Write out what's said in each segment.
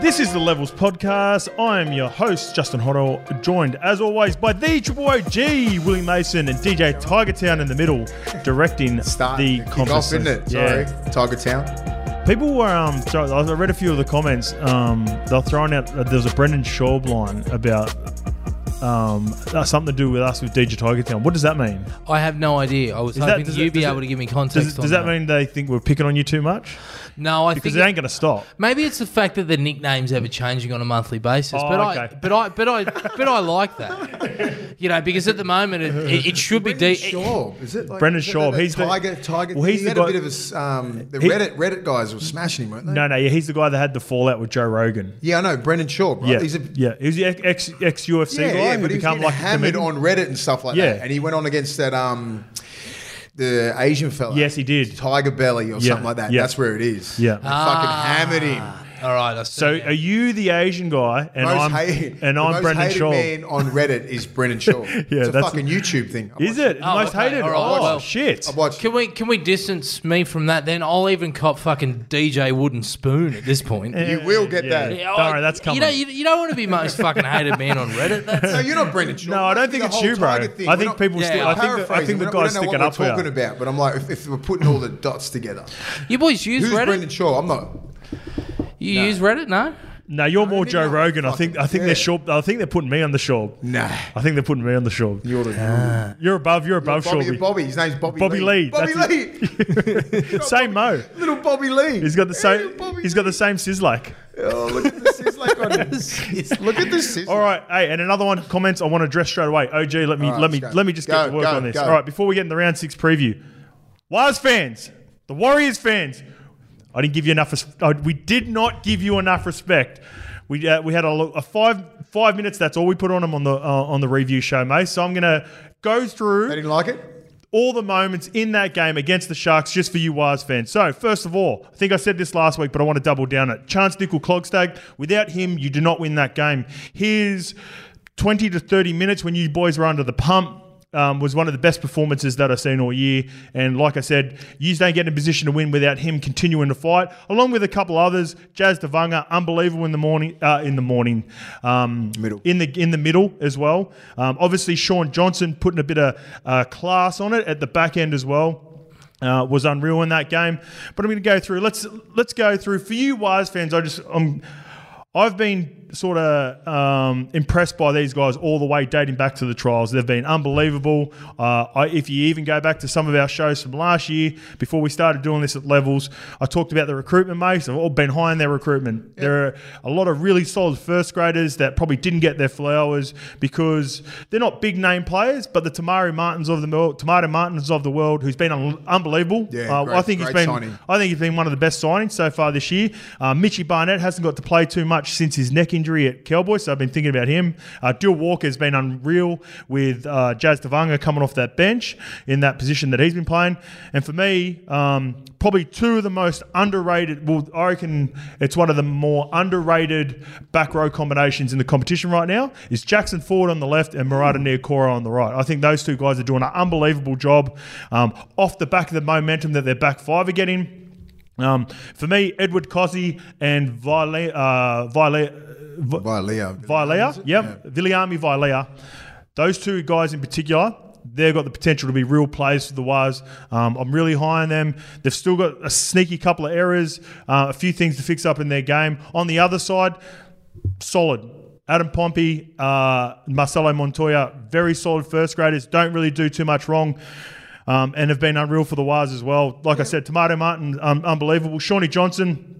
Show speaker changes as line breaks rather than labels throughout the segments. This is the Levels Podcast. I am your host, Justin Hoddle, joined as always by the Triple OG, Willie Mason, and DJ Tiger Town in the middle, directing
Start
the
kick off,
conference.
isn't it? Sorry, Tiger Town.
People were um. So I read a few of the comments. Um, they're throwing out. Uh, there was a Brendan Schaub line about um uh, something to do with us with DJ Tiger Town. What does that mean?
I have no idea. I was
that-
hoping
does
you'd
it-
be
does
able
it-
to give me
Does,
context.
it-
on
does that
that.
mean they think we're picking on you too much?
No, I
Because
think
it ain't going to stop.
maybe it's the fact that the nicknames ever changing on a monthly basis.
Oh,
but
okay.
I, but I, but I, but I like that. You know, because at the moment it, it, it should be deep.
Schaub, is it? Like,
Brendan
is it
Schaub,
that
he's the-
Tiger. Tiger.
well, he's
he
the
had
guy-
a bit of a. s- Um, the
He-
Reddit Reddit guys were smashing him, weren't they?
No, no. Yeah, he's the guy that had the fallout with Joe Rogan.
Yeah, I know Brendan Schaub. Right?
Yeah,
He's a
yeah. He was the ex ex UFC
yeah,
guy
yeah,
who
but he was
became
getting
like a
hammered
comedian.
on Reddit and stuff like
Yeah.
that. And he went on against that um, the Asian fella.
Yes, he did.
Tiger Belly or
Yeah,
something like that.
yeah.
That's where it is.
Yeah.
They fucking hammered him.
All right. I see.
So are you the Asian guy and
most
I'm
hated,
and
the
I'm
most
Brendan
hated
Shaw?
man on Reddit is Brendan Shaw. it's a
that's-
fucking YouTube thing. I
Is
watched
it the
Oh,
most
okay,
hated?
all right,
oh
well-
shit!
I watched.
Can we can we distance me from that? Then I'll even cop fucking DJ Wooden Spoon at this point.
you will get
Yeah.
that.
Yeah. Don't worry, Eh, that's
You
coming.
know, you, you don't want to be most fucking hated man on Reddit. That's
No, you're not Brendan Shaw.
No, I don't
Do
think
the
it's
whole
you, bro.
Tiger thing.
I
We're
think
not-
people
Yeah,
still. I think the, I
paraphrasing.
think the
We don't- we
guy's
don't know
sticking
what
up
we're
for
talking
you.
about, but I'm like, if, if we're putting all the dots together,
You boys use
who's
Reddit?
Brendan Shaw? I'm not.
You use Reddit? No.
No, you're more
think
Joe
I'm
Rogan. I think I
fucking-
think
yeah.
they're short. I think they're putting me on the short.
Nah,
I think they're putting me on the short.
you're the.
You're above. You're above
Bobby,
Shorby.
Bobby, his name's Bobby.
Bobby Lee,
Bobby
that's
Lee.
Same mo.
Little Bobby Lee.
He's got the
Hey,
same.
Bobby
He's got the same sizzlack.
Oh, look at the sizzler on him. Look at the sizzler.
All right, hey, and another one. Comments I want to address straight away. OG, let me
All right,
let me
let's go.
let me just get
Go,
to work
go,
on this.
go.
All right, before we get in the round six preview, Wires fans, the Warriors fans, I didn't give you enough. res- uh, We did not give you enough respect. We uh, we had a, lo- a five five minutes. That's all we put on them on the uh, on the review show, mate. So I'm gonna go through
They didn't like it.
all the moments in that game against the Sharks just for you Wires fans. So, first of all, I think I said this last week, but I want to double down it. Chance Nickel Clogstag, without him, you do not win that game. His 20 to 30 minutes when you boys were under the pump. Um, was one of the best performances that I've seen all year. And like I said, you don't get in a position to win without him continuing to fight, along with a couple others. Jazz Devanga, unbelievable in the morning, uh, in the morning, um,
Middle.
in the in the middle as well. Um, obviously, Sean Johnson putting a bit of uh, class on it at the back end as well. Uh, was unreal in that game, but I'm going to go through. Let's let's go through for you, Wires fans. I just I'm I've been sort of um, impressed by these guys all the way dating back to the trials. They've been unbelievable. Uh, I, if you even go back to some of our shows from last year, before we started doing this at levels, I talked about the recruitment, mates. They've all been high in their recruitment. There are a lot of really solid first graders that probably didn't get their flowers because they're not big name players, but the Tamari Martins of the world, Tomato Martins of the world, who's been un- unbelievable.
Yeah,
Uh,
great-
I think he's
great
been.
signing.
I think he's been one of the best signings so far this year. Uh, Mitchy Barnett hasn't got to play too much since his neck injury at Cowboys, so I've been thinking about him. Uh, Dill Walker has been unreal with uh, Jazz Devanga coming off that bench in that position that he's been playing. And for me, um, probably two of the most underrated, well, I reckon it's one of the more underrated back row combinations in the competition right now is Jackson Ford on the left and Murata Neokora on the right. I think those two guys are doing an unbelievable job um, off the back of the momentum that their back five are getting. Um, for me, Edward Cossie and Vile, uh, Vile, Vi-
By Leo.
Vilea, yep, Viliami Vilea. Those two guys in particular, they've got the potential to be real players for the Waz. Um, I'm really high on them. They've still got a sneaky couple of errors, uh, a few things to fix up in their game. On the other side, solid. Adam Pompey, uh, Marcelo Montoya, very solid first graders. Don't really do too much wrong. Um, and have been unreal for the Waz as well. Like I said, Tomato Martin, um, unbelievable. Shawnee Johnson,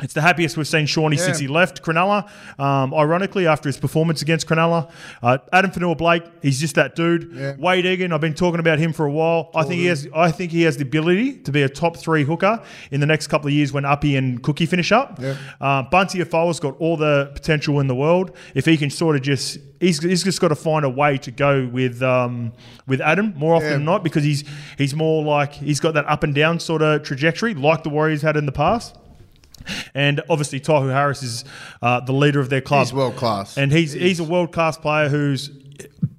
it's the happiest we've seen Shawnee since he left Cronulla. Um, ironically, after his performance against Cronulla, uh, Adam Fanua Blake, he's just that dude.
Yeah.
Wade Egan, I've been talking about him for a while. I think he has. I think he has the ability to be a top three hooker in the next couple of years when Uppy and Cookie finish up.
Yeah.
Uh, Bunty Afoa's got all the potential in the world. If he can sort of just, he's, he's just got to find a way to go with um, with Adam more often
Yeah.
than not because he's he's more like he's got that up and down sort of trajectory like the Warriors had in the past. And obviously, Tahu Harris is uh, the leader of their club.
He's world class.
And he's he's a world class player who's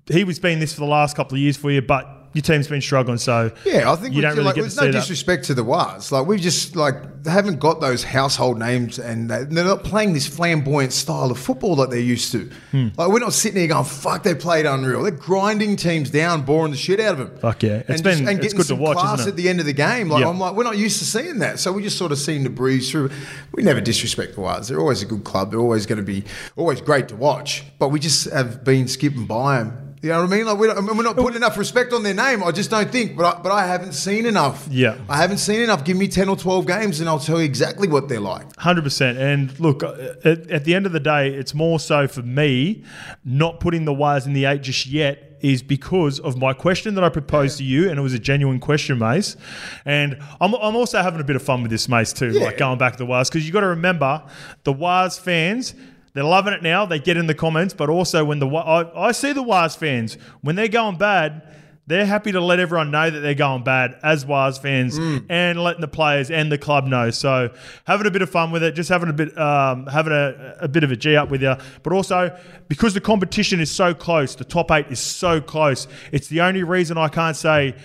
he was being this for the last couple of years for you, but your team's been struggling, so
Yeah, I think
you
we
don't
feel
really
like
get to
there's
see
no
that.
disrespect to the Was. Like we just like they haven't got those household names, and they- they're not playing this flamboyant style of football that they're used to.
Hmm.
Like we're not sitting here going, "Fuck, they played unreal." They're grinding teams down, boring the shit out of them.
Fuck yeah. It's
and just-
been-
and
it's
getting
good to
some
watch, isn't
class
it?
at the end of the game. Like
Yeah.
I'm like, we're not used to seeing that, so we just sort of seem to breeze through. We never disrespect the Was. They're always a good club. They're always going to be always great to watch, but we just have been skipping by them. You know what I mean? Like we don't, I mean, we're not putting enough respect on their name. I just don't think. But I, but I haven't seen enough.
Yeah.
I haven't seen enough. Give me ten or twelve games, and I'll tell you exactly what they're like.
Hundred percent. And look, uh, at, at the end of the day, it's more so for me not putting the wires in the eight just yet is because of my question that I proposed to you, and it was a genuine question, Mace. And I'm, I'm also having a bit of fun with this, Mace, too, like going back to the wires because you got to remember the wires fans. They're loving it now. They get in the comments, but also when the Wa- I, I see the Waz fans when they're going bad, they're happy to let everyone know that they're going bad as Waz fans
Mm.
and letting the players and the club know. So having a bit of fun with it, just having a bit um, having a, a bit of a G up with you. But also because the competition is so close, the top eight is so close, it's the only reason I can't say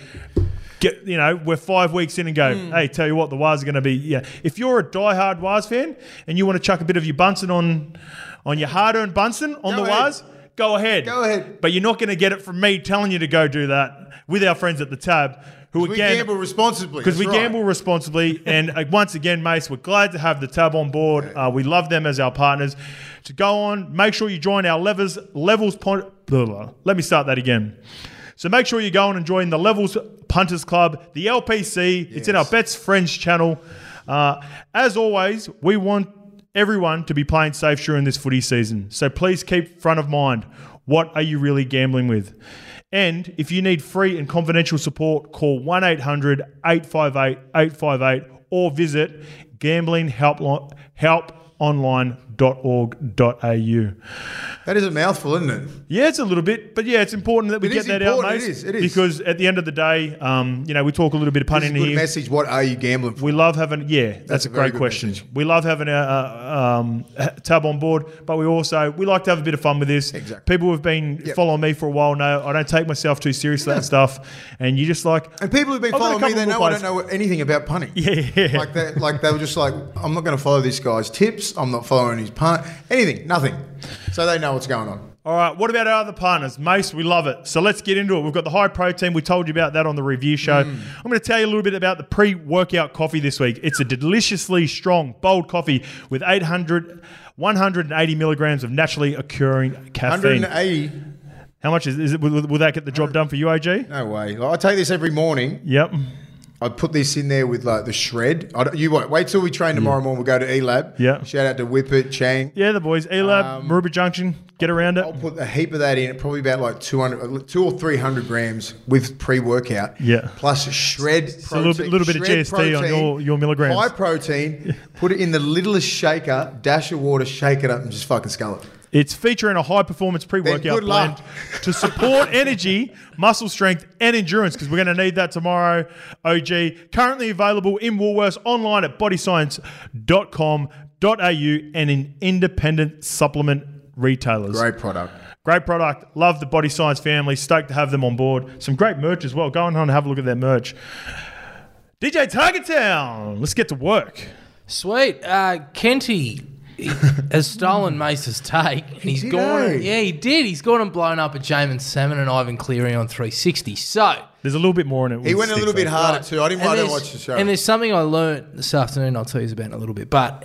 get you know, we're five weeks in and go,
Mm.
hey, tell you what, the Waz are gonna be yeah. If you're a diehard Waz fan and you want to chuck a bit of your Bunsen on on your hard earned Bunsen on the
Go ahead.
Waz, go ahead.
Go ahead.
But you're not going to get it from me telling you to go do that with our friends at the tab, who
We
again,
gamble responsibly
because we
that's right.
gamble responsibly. and uh, once again, Mace, we're glad to have the tab on board. Uh, we love them as our partners. To go on, make sure you join our levels levels. Pon- blah, blah. Let me start that again. So make sure you go on and join the Levels Punters Club, the LPC. It's in our
Yes.
Bets Friends channel. Uh, as always, we want everyone to be playing safe during this footy season. So please keep front of mind what are you really gambling with? And if you need free and confidential support, call 1 800 858 858 or visit gamblinghelponline.org.au.
That is a mouthful, isn't it?
Yeah, it's a little bit, but yeah, it's important that we
It
get
is
that out,
important,
mate.
it is, it is.
Because at the end of the day, um, you know, we talk a little bit of pun
It's a
in
good
here.
message. What are you gambling for?
We love having, yeah, that's,
That's
a
a very
great
good
question. We love having a, uh um, tab on board, but we also we like to have a bit of fun with this.
Exactly.
People who've been following me for a while know I don't take myself too seriously that stuff, and you just like
And people who've been
I've got a
following me,
couple
they
more
know I
players.
don't know anything about punting.
Yeah.
like that. Like they were just like, I'm not going to follow this guy's tips. I'm not following his punt. Anything, nothing. So they know what's going on.
All right, what about our other partners? Mace, we love it. So let's get into it. We've got the high protein. We told you about that on the review show.
Mm.
I'm going to tell you a little bit about the pre workout coffee this week. It's a deliciously strong, bold coffee with 800, 180 milligrams of naturally occurring caffeine.
180.
How much is, is it? Will, will that get the job done for you, AJ?
No way. Like, I take this every morning.
Yep.
I put this in there with like the shred. I don't, you won't wait till we train tomorrow morning. We'll go to E Lab.
Yeah.
Shout out to Whippet Chang.
Yeah, the boys. Elab, Maruba Junction, get around it.
Um, I'll put a heap of that in. Probably about like 200, two or three hundred grams with pre-worcout.
Yeah.
Plus a shred. It's
a little bit- little bit of GST on your- your milligrams.
High protein. Put it in the littlest shaker. Dash of water. Shake it up and just fucking scull it.
It's featuring a high performance pre workout
good
blend
luck.
to support energy, muscle strength, and endurance because we're going to need that tomorrow. OG currently available in Woolworths online at bodyscience.com.au and in independent supplement retailers.
Great product.
Great product. Love the Body Science family. Stoked to have them on board. Some great merch as well. Go on and have a look at their merch. DJ Target Town. Let's get to work.
Sweet. Uh, Kenty has stolen Mace's take. And he's
did,
gone.
eh?
Yeah, he did. He's gone and blown up at Jamin Salmon and Ivan Cleary on 360. So.
There's a little bit more in it.
He went a little bit harder
Right.
too. I didn't.
And
I didn't
there's-
watch the show.
And there's something I learnt this afternoon. I'll tell you about in a little bit. But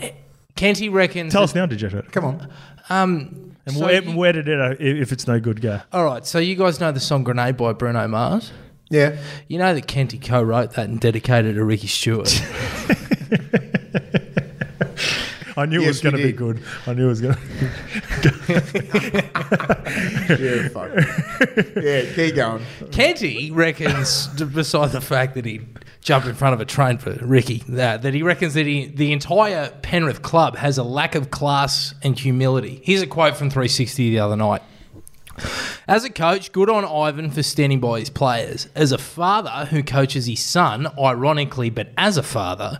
Kenty reckons.
Tell us now, DJ. Target.
Come on.
Um,
And
so
where,
you-
where did it? uh, i- If it's no good, go.
all right. So you guys know the song "Grenade" by Bruno Mars.
Yeah.
You know that Kenty co-wrote that and dedicated it to Ricky Stewart.
I knew it was
Yes,
going to
we
be
did.
good. I knew it was going. to
Yeah. Fuck. yeah. Keep going.
Kenty reckons, d- beside the fact that he jumped in front of a train for Ricky, that, that he reckons that he, the entire Penrith club has a lack of class and humility. Here's a quote from 360 the other night. As a coach, good on Ivan for standing by his players. As a father who coaches his son, ironically, but as a father,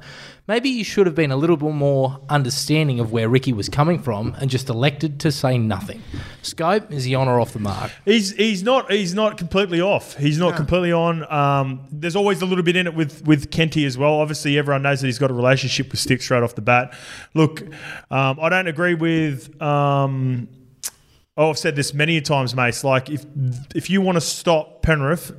Maybe you should have been a little bit more understanding of where Ricky was coming from and just elected to say nothing. Scope, is he on or off the mark?
He's he's not he's not completely off. He's not completely on. Um, there's always a little bit in it with with Kenty as well. Obviously, everyone knows that he's got a relationship with Stick straight off the bat. Look, um, I don't agree with. Um, oh, I've said this many times, Mace. Like if if you want to stop Penrith.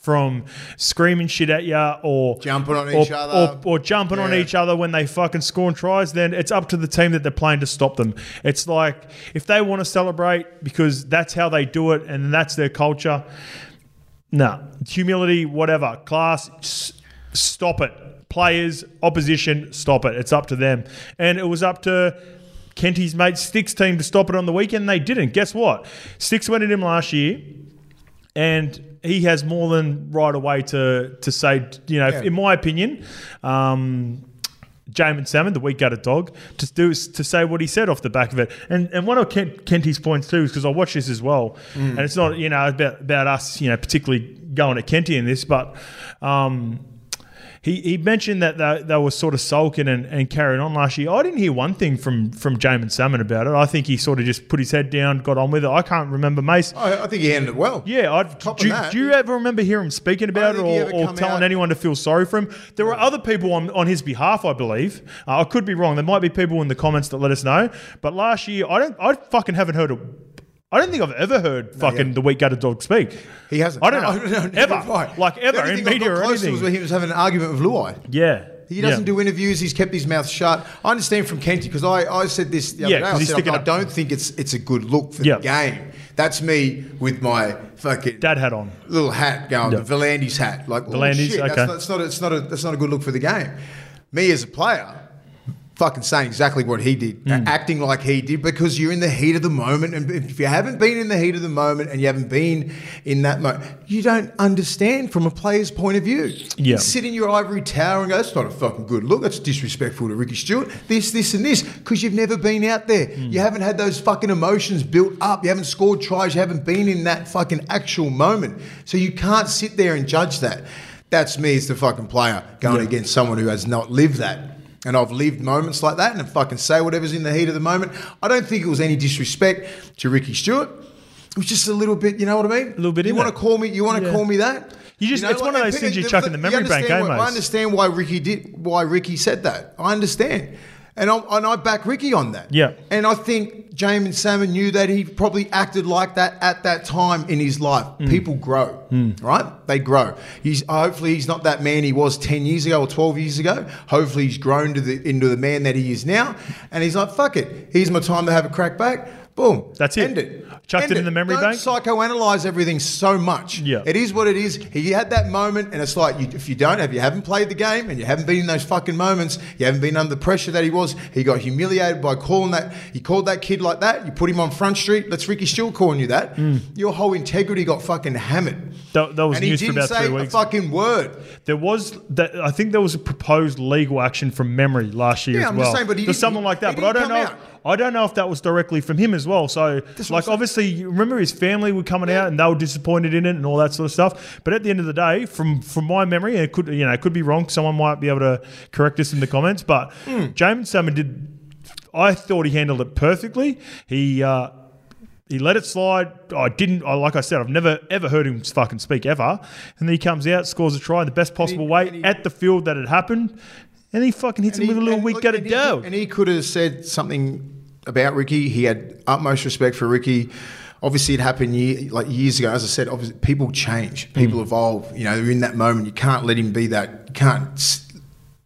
From screaming shit at you, or
Jumping on
or-
each other.
or, or jumping on
Yeah.
each other when they fucking score and tries, then it's up to the team that they're playing to stop them. It's like if they want to celebrate because that's how they do it and that's their culture. Nah, humility, whatever, class, s- stop it. Players, opposition, stop it. It's up to them. And it was up to Kenty's mate Sticks team to stop it on the weekend. They didn't. Guess what? Sticks went at him last year and he has more than right away to to say, you know,
Yeah.
in my opinion, um, Jamin Salmon, the weak gutted dog, to do to say what he said off the back of it. And and one of Kent, Kenty's points too is because I watched this as well, and it's not you know about about us you know particularly going at Kenty in this, but. Um, he, he mentioned that they, they were sort of sulking and, and carrying on last year. I didn't hear one thing from from Jamin Salmon about it. I think he sort of just put his head down, got on with it. I can't remember Mace.
I, I think he handled it well.
Yeah, I've,
Top of
do, you-
that-
do you ever remember hearing him speaking about it
think he
or,
ever
or
come
telling
out-
anyone to feel sorry for him? There were other people on, on his behalf, I believe. Uh, I could be wrong. There might be people in the comments that let us know. But last year, I don't. I fucking haven't heard a. I don't think I've ever heard fucking
yeah.
the weak gutted dog speak.
He hasn't.
I don't know.
No, no, no,
ever.
right.
Like
The
ever
only
in
thing I got
media or
close to
anything.
Was when he was having an argument with Luai.
yeah.
He doesn't
yeah.
do interviews. He's kept his mouth shut. I understand from Kenty because I, I said this the other
Yeah,
day.
'cause
I,
he's
said,
sticking
I
up-
don't think it's it's a good look for
Yeah.
the game. That's me with my fucking
Dad hat on.
little hat going,
Yeah.
the Volandis hat. Like, oh,
Volandis,
shit,
okay.
that's, not, that's, not a, that's, not a, that's not a good look for the game. Me as a player, fucking saying exactly what he did,
Hmm.
acting like he did, because you're in the heat of the moment. And if you haven't been in the heat of the moment and you haven't been in that moment, you don't understand from a player's point of view.
Yeah.
You sit in your ivory tower and go, that's not a fucking good look. That's disrespectful to Ricky Stewart. This, this, and this, because you've never been out there.
Hmm.
You haven't had those fucking emotions built up. You haven't scored tries. You haven't been in that fucking actual moment. So you can't sit there and judge that. That's me as the fucking player going against someone who has not lived that. And I've lived moments like that and I fucking say whatever's in the heat of the moment. I don't think it was any disrespect to Ricky Stewart. It was just a little bit, you know what I mean? A
Little bit
You
in
want
it.
to call me? You want to
Yeah.
call me that?
You just- it's one of
and
those
pe-
things you chuck in the memory bank,
understand
eh,
why-
Mace?
I understand why Ricky did, why Ricky said that. I understand, and I and I back Ricky on that.
Yeah.
and I think Jamin Salmon knew that he probably acted like that at that time in his life.
Hmm.
People grow, right? They grow. He's hopefully he's not that man he was ten years ago or twelve years ago. Hopefully he's grown to the into the man that he is now, and he's like, fuck it, here's my time to have a crack back. Boom.
That's it.
End it.
Chucked
End
it in the memory
Don't
bank.
Psychoanalyze everything so much.
Yeah.
It is what it is. He had that moment, and it's like you, if you don't, if you haven't played the game, and you haven't been in those fucking moments, you haven't been under the pressure that he was. He got humiliated by calling that. He called that kid like that. You put him on front street. That's Ricky Stewart calling you that. Your whole integrity got fucking hammered.
Mm. That, that was
and he
news for
didn't
about
say
three
a
weeks.
fucking word.
There was that. I think there was a proposed legal action from memory last year
Yeah,
as
I'm
well.
just saying, but he
There's
didn't-
something like
he
that. But I
didn't
don't know.
come
I don't know if that was directly from him as well. So,
That's what I'm
like,
saying.
obviously, you remember his family were coming out and they were disappointed in it and all that sort of stuff. But at the end of the day, from from my memory, and it could you know it could be wrong. Someone might be able to correct us in the comments. But
Hmm.
James Salmon did. I thought he handled it perfectly. He. Uh, he let it slide. I didn't. I, like I said, I've never ever heard him fucking speak ever. And then he comes out, scores a try in the best possible way at the field that it happened, and he fucking hits him
he-
with a little
and
weak
look,
gutted
and he-
dog.
And he could have said something about Ricky. He had utmost respect for Ricky. Obviously, it happened year, like years ago. As I said, obviously, people change,
Hmm.
people evolve. You know, in that moment, you can't let him be that. You can't s-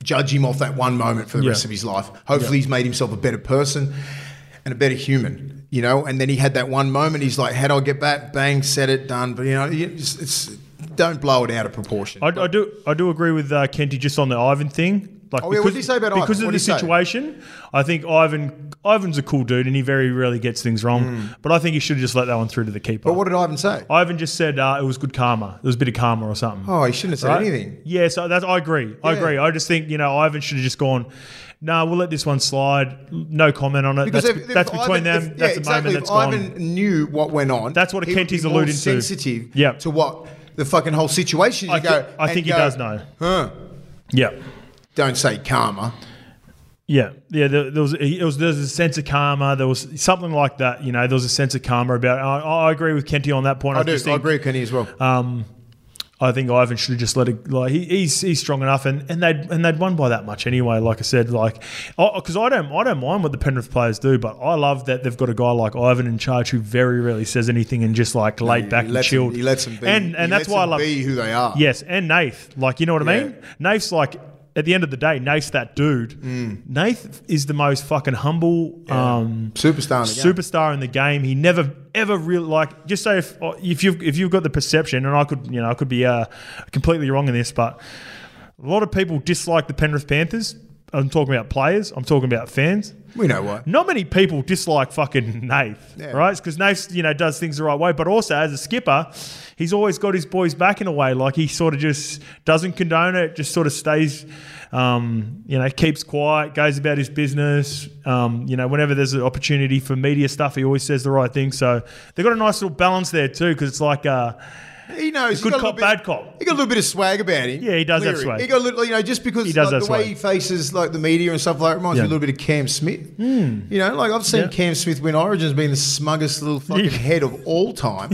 judge him off that one moment for the
Yeah.
rest of his life. Hopefully, he's made himself a better person and a better human. You know, and then he had that one moment. He's like, "How do I get back?" Bang, said it, done. But you know, it's, it's don't blow it out of proportion.
I, I do. I do agree with uh, Kenty just on the Ivan thing. Like
Oh, yeah, what did he say about Ivan?
because of
What
the
did he say?
situation, I think Ivan Ivan's a cool dude, and he very rarely gets things wrong. But I think he should have just let that one through to the keeper.
Mm. but what did Ivan say?
Ivan just said uh, it was good karma. There was a bit of karma or something.
Oh, he shouldn't have said
Right?
anything.
Yeah, so that's I agree. I
Yeah.
agree. I just think you know Ivan should have just gone. No, we'll let this one slide. No comment on it. that's
if- if
that's between
Ivan-
them.
if- yeah,
that's a
exactly.
moment that's
if
gone.
Ivan knew what went on.
That's what
he would
Kenty's
be more
alluding to.
Sensitive.
Yeah.
To what the fucking whole situation. You
I, thi-
go.
I
and
think he
go,
does know.
Huh.
Yeah,
Don't say karma.
Yeah, yeah. There, there was it was there was a sense of karma. There was something like that. You know, there was a sense of karma about. it. I, I agree with Kenty on that point.
I do.
just
I
think-
agree with Kenny as well.
Um, I think Ivan should have just let it. Like he, he's he's strong enough, and, and they'd and they'd won by that much anyway. Like I said, like because I don't I don't mind what the Penrith players do, but I love that they've got a guy like Ivan in charge who very rarely says anything and just like laid back
he
and
lets
chilled.
Them, he lets them be.
and
he
and that's
lets
why I
them
love.
be who they are.
Yes, and Nath. Like, you know what I
Yeah.
mean? Nath's like, at the end of the day, Nath's that dude.
Mm.
Nath is the most fucking humble um,
Superstar. In the game.
superstar in the game. He never ever really like. Just say if if you've if you've got the perception, and I could you know I could be uh, completely wrong in this, but a lot of people dislike the Penrith Panthers. I'm talking about players. I'm talking about fans.
We know why.
Not many people dislike fucking Nath,
Yeah.
right? Because Nath, you know, does things the right way. But also as a skipper, he's always got his boys back in a way. Like he sort of just doesn't condone it. Just sort of stays, um, you know, keeps quiet, goes about his business. Um, you know, whenever there's an opportunity for media stuff, he always says the right thing. So they've got a nice little balance there too. Because it's like, uh,
He knows.
Good
he's got a
cop,
little bit-
bad cop.
He got a little bit of swag about him.
Yeah, he does have
Cleary.
swag.
He got a little, you know, just because
He does
like,
have
the way
swag.
he faces like the media and stuff like that reminds
Yeah. Hmm.
me a little bit of Cam Smith. You know, like I've seen
Yeah.
Cam Smith win Origins, being the smuggest little fucking
Yeah.
head of all time.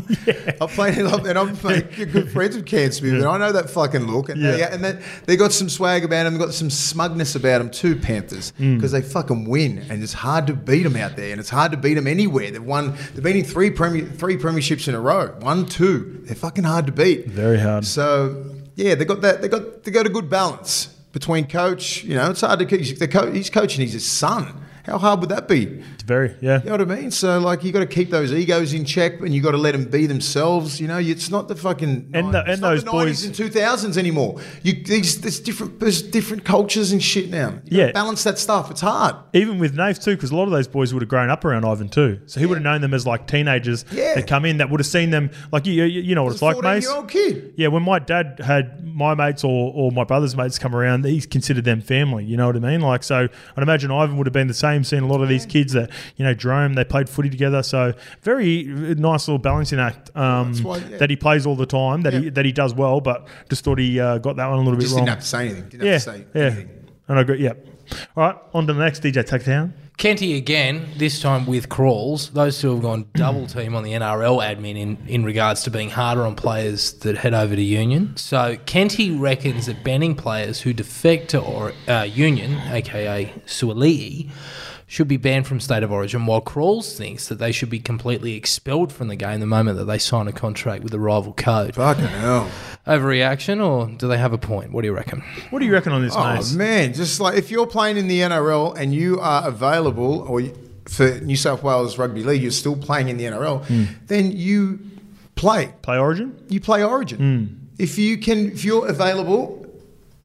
I've played it up, and I'm like, you're good friends with Cam Smith, and I know that fucking look. And they,
Yeah.
and that they got some swag about him, they got some smugness about him too, Panthers,
Hmm.
because they fucking win, and it's hard to beat them out there, and it's hard to beat them anywhere. They've won, they've been in three premier, three premierships in a row, one, two. They're fucking hard to beat.
Very hard.
So yeah, they got that. They got they got a good balance between coach. You know, it's hard to coach. The co- he's coaching. He's his son. How hard would that be?
it's very yeah.
You know what I mean? So like, you got to keep those egos in check, and you got to let them be themselves. You know, it's not the fucking
And the-
it's
and
not
those
the
boys-
and two thousands anymore. You these there's different there's different cultures and shit now. You
Yeah.
yeah, balance that stuff. It's hard.
even with Nath too, because a lot of those boys would have grown up around Ivan too. So he would have known them as like teenagers
Yeah.
that come in that would have seen them like you, you, you know what it's like, mate.
year old kid.
Yeah, when my dad had my mates or, or my brother's mates come around, he considered them family. You know what I mean? Like, so I'd imagine Ivan would have been the same, seeing a lot of these kids that, you know, Jerome, they played footy together. So, very uh, nice little balancing act um,
That's why- yeah.
that he plays all the time, that, he,
Yeah.
that he does well, but just thought he uh, got that one a little
Just
bit
didn't
wrong.
have to say anything. Didn't
yeah,
have to say
yeah.
anything.
And I agree, yeah. All right, on to the next DJ Tucktown.
Kenty again, this time with Crawls. Those two have gone double team on the NRL admin in, in regards to being harder on players that head over to Union. So Kenty reckons that banning players who defect to or, uh, Union, aka Suali'i, should be banned from State of Origin, while Crawls thinks that they should be completely expelled from the game the moment that they sign a contract with a rival code.
Fucking hell.
Overreaction, or do they have a point? What do you reckon?
What do you reckon on this,
Oh
Maze?
man, just like if you're playing in the NRL and you are available or you- for New South Wales Rugby League, you're still playing in the NRL,
Hmm.
then you play.
Play Origin?
You play Origin.
Hmm.
If you can, if you're available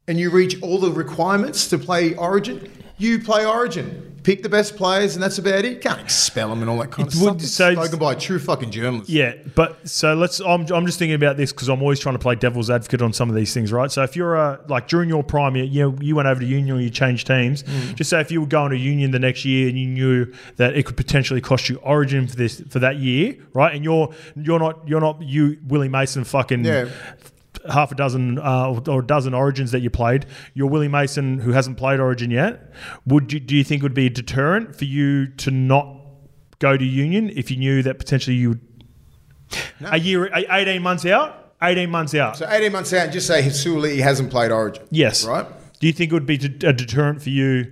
and you reach all the requirements to play Origin, you play Origin. Pick the best players, and that's about it. You can't expel them and all that kind
It
of
would-
stuff. It's
so it's-
spoken by a true fucking journalist.
Yeah, but so let's. I'm, I'm just thinking about this because I'm always trying to play devil's advocate on some of these things, right? So if you're a like during your prime, you you, you went over to Union, you changed teams. Just say if you were going to Union the next year and you knew that it could potentially cost you Origin for this for that year, right? And you're you're not you're not you Willie Mason fucking
Yeah.
half a dozen uh, or- or a dozen origins that you played, your Willie Mason who hasn't played Origin yet, would you, do you think would be a deterrent for you to not go to Union if you knew that potentially you would a year, a- eighteen months out, eighteen months out?
So 18 months out, just say Hisuli hasn't played Origin.
yes,
Right?
Do you think it would be de- a deterrent for you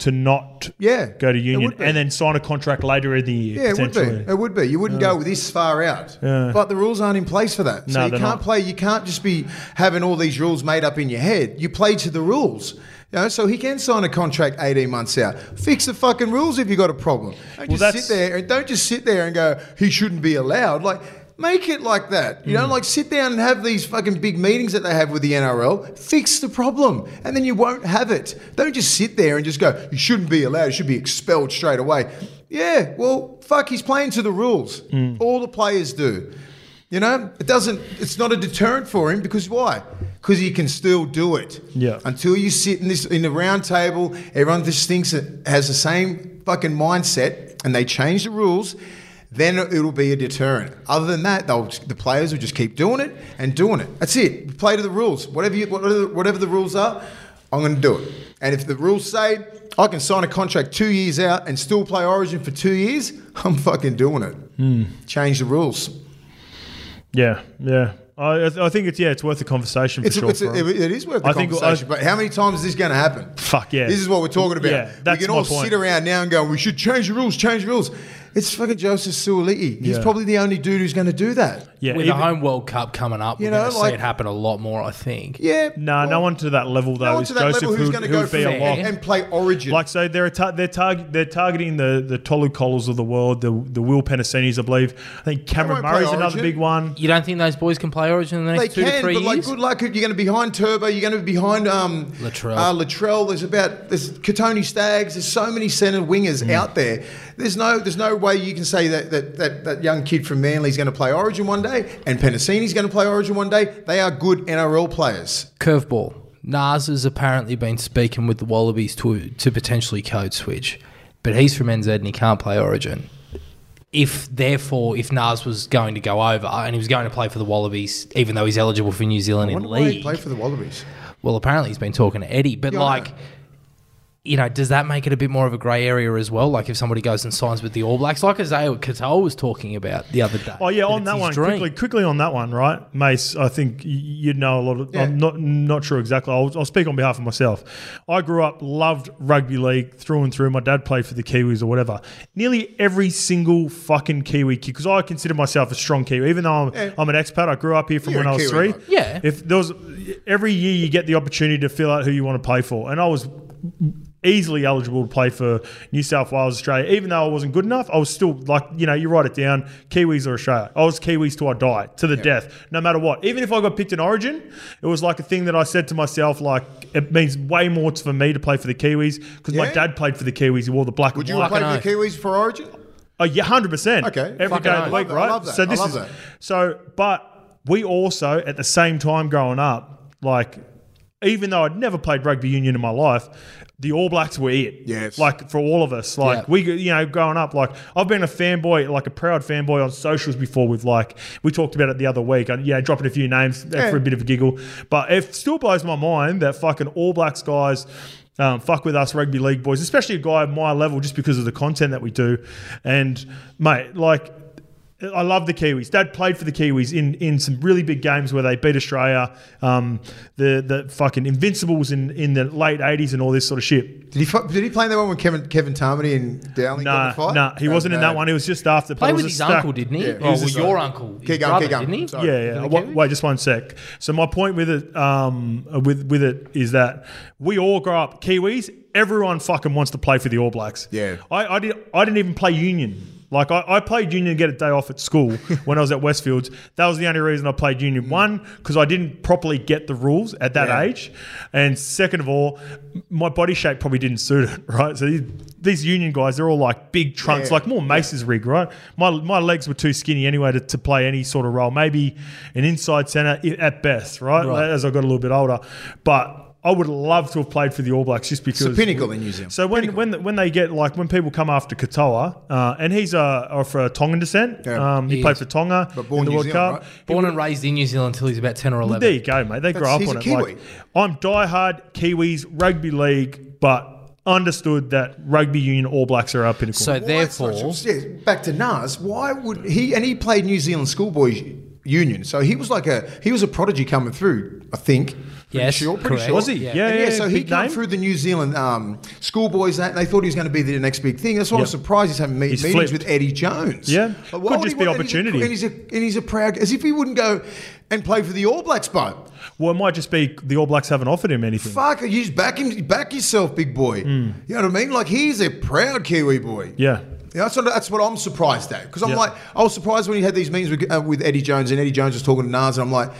to not
Yeah.
go to
it
Union
would be.
and then sign a contract later in the year?
Yeah, it would
potentially.
be. It would be. You wouldn't go this far out. But the rules aren't in place for that.
No,
So you
they're
can't
not.
play. You can't just be having all these rules made up in your head. You play to the rules. You know, so he can sign a contract 18 months out. Fix the fucking rules if you got a problem. Don't
Well, that's-
just sit there and don't just sit there and go, he shouldn't be allowed. Like, make it like that. You know, like sit down and have these fucking big meetings that they have with the NRL. Fix the problem. And then you won't have it. Don't just sit there and just go, you shouldn't be allowed. You should be expelled straight away. Yeah, well, fuck, he's playing to the rules. All the players do. You know, it doesn't, it's not a deterrent for him because why? Because he can still do it.
Yeah.
Until you sit in this in the round table, everyone just thinks it has the same fucking mindset, and they change the rules. Then it'll be a deterrent. Other than that, they'll the players will just keep doing it and doing it. That's it. We play to the rules. Whatever you whatever, whatever the rules are, I'm going to do it. And if the rules say I can sign a contract two years out and still play Origin for two years, I'm fucking doing it. Change the rules.
Yeah, yeah. I, I th- I think it's yeah, it's worth the conversation for
It's,
sure.
it's,
for 'em.
it- it is worth the
I think- I-
conversation, but how many times is this going to happen?
Fuck yeah.
This is what we're talking about.
Yeah, that's
we can
my
all
point.
sit around now and go, we should change the rules, change the rules. It's fucking Joseph Suoliti. He's
Yeah.
probably the only dude who's going to do that.
yeah,
With
even-
the home World Cup coming up,
You
we're
know,
going to
like-
see it happen a lot more. I think.
Yeah.
nah, no
well,
one to that level though.
No one
It's
to that
Joseph
level who's
who'd-
going to
who'd
go from
be a
there
lock.
and, and play Origin.
Like so, they're atta- they're target they're targeting the the Tolu Collars of the world, the the Will Penicinis, I believe. I think Cameron
They won't play
Murray's another
Origin.
big one.
You don't think those boys can play Origin in the next
they
two to
can,
three
but like,
years?
good luck. You're going to be behind Turbo. You're going to be behind um,
Latrell.
Uh, Latrell. There's about there's Katoni Stags. There's so many centre wingers
Mm.
out there. There's no there's no way you can say that that, that, that young kid from Manly's going to play Origin one day and Penasini's going to play Origin one day. They are good NRL players.
Curveball. Nas has apparently been speaking with the Wallabies to to potentially code switch, but he's from NZ and he can't play Origin. If therefore, if Nas was going to go over uh, and he was going to play for the Wallabies, even though he's eligible for New Zealand
I
in
wonder why he
league,
played for the Wallabies.
well, apparently he's been talking to Eddie, but
Yeah, I
like.
know.
You know, does that make it a bit more of a grey area as well? Like if somebody goes and signs with the All Blacks, like Isaiah Katoa was talking about the other day.
Oh yeah,
that
on
it's
that
his
one
dream.
quickly, quickly on that one, right, Mace? I think y- you'd know a lot of.
Yeah.
I'm not not sure exactly. I'll, I'll speak on behalf of myself. I grew up, loved rugby league through and through. My dad played for the Kiwis or whatever. Nearly every single fucking Kiwi kid, because I consider myself a strong Kiwi, even though I'm,
Yeah.
I'm an expat. I grew up here from
You're
when
a
I was
Kiwi,
three.
mate.
Yeah.
If there was every year you get the opportunity to fill out who you want to play for, and I was easily eligible to play for New South Wales, Australia. Even though I wasn't good enough, I was still like, you know, you write it down, Kiwis or Australia. I was Kiwis till I die, to the death, no matter what. Even if I got picked in Origin, it was like a thing that I said to myself, like, it means way more for me to play for the Kiwis because my
Yeah?
dad played for the Kiwis. He wore the black
Would
and
you
white.
have played
Fucking
for the Kiwis for Origin?
Oh yeah, hundred percent.
Okay.
every
Fucking
day of
oath.
the week,
I love
right?
that. I love that.
So this
I love
is
that.
so. But we also, at the same time, growing up, like even though I'd never played rugby union in my life, the All Blacks were it.
Yes.
like for all of us, like
Yeah.
we, you know, growing up, like I've been a fanboy, like a proud fanboy on socials before. With like we talked about it the other week, and yeah, dropping a few names uh,
Yeah.
for a bit of a giggle, but it still blows my mind that fucking All Blacks guys. Um, fuck with us rugby league boys, especially a guy of my level, just because of the content that we do. And mate, like I love the Kiwis. Dad played for the Kiwis in, in some really big games where they beat Australia, um, the the fucking Invincibles in, in the late eighties and all this sort of shit.
Did he fu- did he play in that one with Kevin Kevin Tarmany and Dowling?
Nah,
got in a fight?
nah, he
Oh,
wasn't in
no.
that one. He was just after. but
Played
it was
with
a
his
stack-
uncle, didn't he?
Yeah,
Oh,
he's
well,
a-
your uncle, his
Keep going,
brother,
keep going.
didn't he?
Sorry.
Yeah, yeah. Wait, wait, just one sec. So my point with it, um, with with it is that we all grow up Kiwis. Everyone fucking wants to play for the All Blacks.
Yeah.
I, I did. I didn't even play union. Like I, I played union to get a day off at school when I was at Westfields. That was the only reason I played union. One, because I didn't properly get the rules at that
Mm. Yeah.
age, and second of all, m- my body shape probably didn't suit it. Right. So these, these union guys, they're all like big trunks,
Yeah.
like more Mace's rig, right? My, my legs were too skinny anyway to, to play any sort of role. Maybe an inside centre i- at best, right?
Right.
As I got a little bit older. But I would love to have played for the All Blacks just because.
It's a pinnacle in New Zealand.
So when when when they get like when people come after Katoa, uh, and he's uh, of uh, Tongan descent.
Yeah.
Um, he,
He
played
is.
for Tonga
But born
in the
New
World
Zealand,
Cup.
right?
Born and raised in New Zealand until he's about ten or eleven.
There you go, mate. They grow up
he's
on
a
it. Like,
Kiwi.
I'm diehard Kiwis rugby league, but understood that rugby union All Blacks are our pinnacle.
So
Why-
therefore,
yeah, back to Nas. Why would he? And he played New Zealand Schoolboys Union, so he was like a he was a prodigy coming through. I think. Pretty
Yes,
sure, pretty
correct.
sure.
Was he?
And
Yeah,
yeah.
yeah,
so he
big
came
name.
through the New Zealand um, schoolboys, that and they thought he was going to be the next big thing. That's why
Yeah.
I'm surprised he's having meet,
He's
meetings
flipped.
with Eddie Jones.
Yeah.
Like, why
Could
would
just
he
be
want-
opportunity.
And he's, a, and he's a proud, as if he wouldn't go and play for the All Blacks, but
well, it might just be the All Blacks haven't offered him anything.
fuck, you back him, back yourself, big boy.
Hmm.
You know what I mean? Like he's a proud Kiwi boy.
Yeah.
Yeah, that's what, that's what I'm surprised at because I'm
Yeah.
like I was surprised when he had these meetings with, uh, with Eddie Jones and Eddie Jones was talking to Nas and I'm like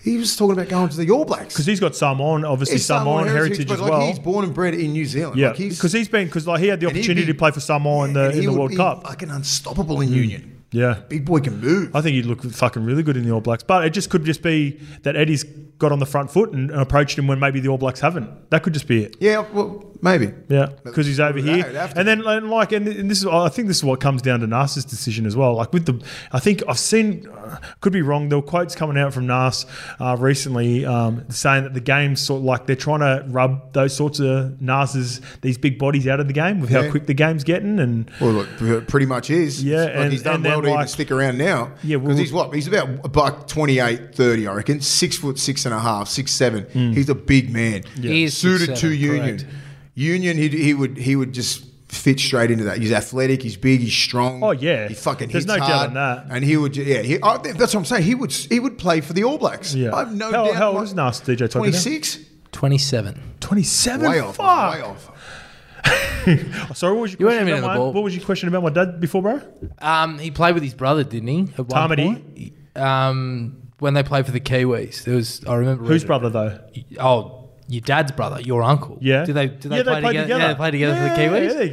he was talking about going to the All Blacks
Because he's got Samoan, obviously Samoan, heritage,
but
as
like
well.
he's born and bred in New Zealand
yeah,
like he's
because he's been because like he had the
and he'd
opportunity
be-
to play for Samoa in
yeah,
the
and
in
he
the
would
World
be
Cup.
fucking unstoppable in Union
Yeah,
big boy can move
I think he'd look fucking really good in the All Blacks. But it just could just be that Eddie's got on the front foot and, and approached him when maybe the All Blacks haven't. That could just be it.
yeah well Maybe.
Yeah, because he's over
Well,
here,
no, it'd have to
and then and like, and, and this is, I think this is what comes down to Nas's decision as well. Like with the, I think I've seen, uh, could be wrong. There were quotes coming out from Nas uh, recently um, saying that the game's sort of like they're trying to rub those sorts of Nas's these big bodies out of the game with how
Yeah.
quick the game's getting, and
Well, look, it pretty much is.
Yeah,
Like,
and-
he's done
and
well
then,
to even
like-
stick around now.
Yeah, well-
because he's what? He's about like 28, 30, I reckon. Six foot six and a half, six seven.
Hmm.
He's a big man.
He is
suited
six
to
seven,
Union.
correct.
Union, he he would he would just fit straight into that. He's athletic. He's big. He's strong.
Oh, yeah.
he fucking
There's no
hits
doubt
hard.
on that.
And he would, ju- yeah, he, I, that's what I'm saying. He would he would play for the All Blacks.
yeah,
I've no
how,
doubt.
How old is Nas DJ
Twenty
Twenty six,
six.
27.
twenty seven.
Way
27?
off.
Fuck. Oh,
Way off.
Sorry, what was your
You weren't
question
even
about
in the
my-
ball.
What was your question about my dad before, bro?
Um, he played with his brother, didn't he? At one
Tarmady?
point? Um, when they played for the Kiwis, there was I remember
Whose
reading-
brother though?
Oh, your dad's brother, your uncle.
Yeah.
Do they do they
Yeah,
play
played
together? Yeah, they play together for the
Yeah,
Kiwis.
there you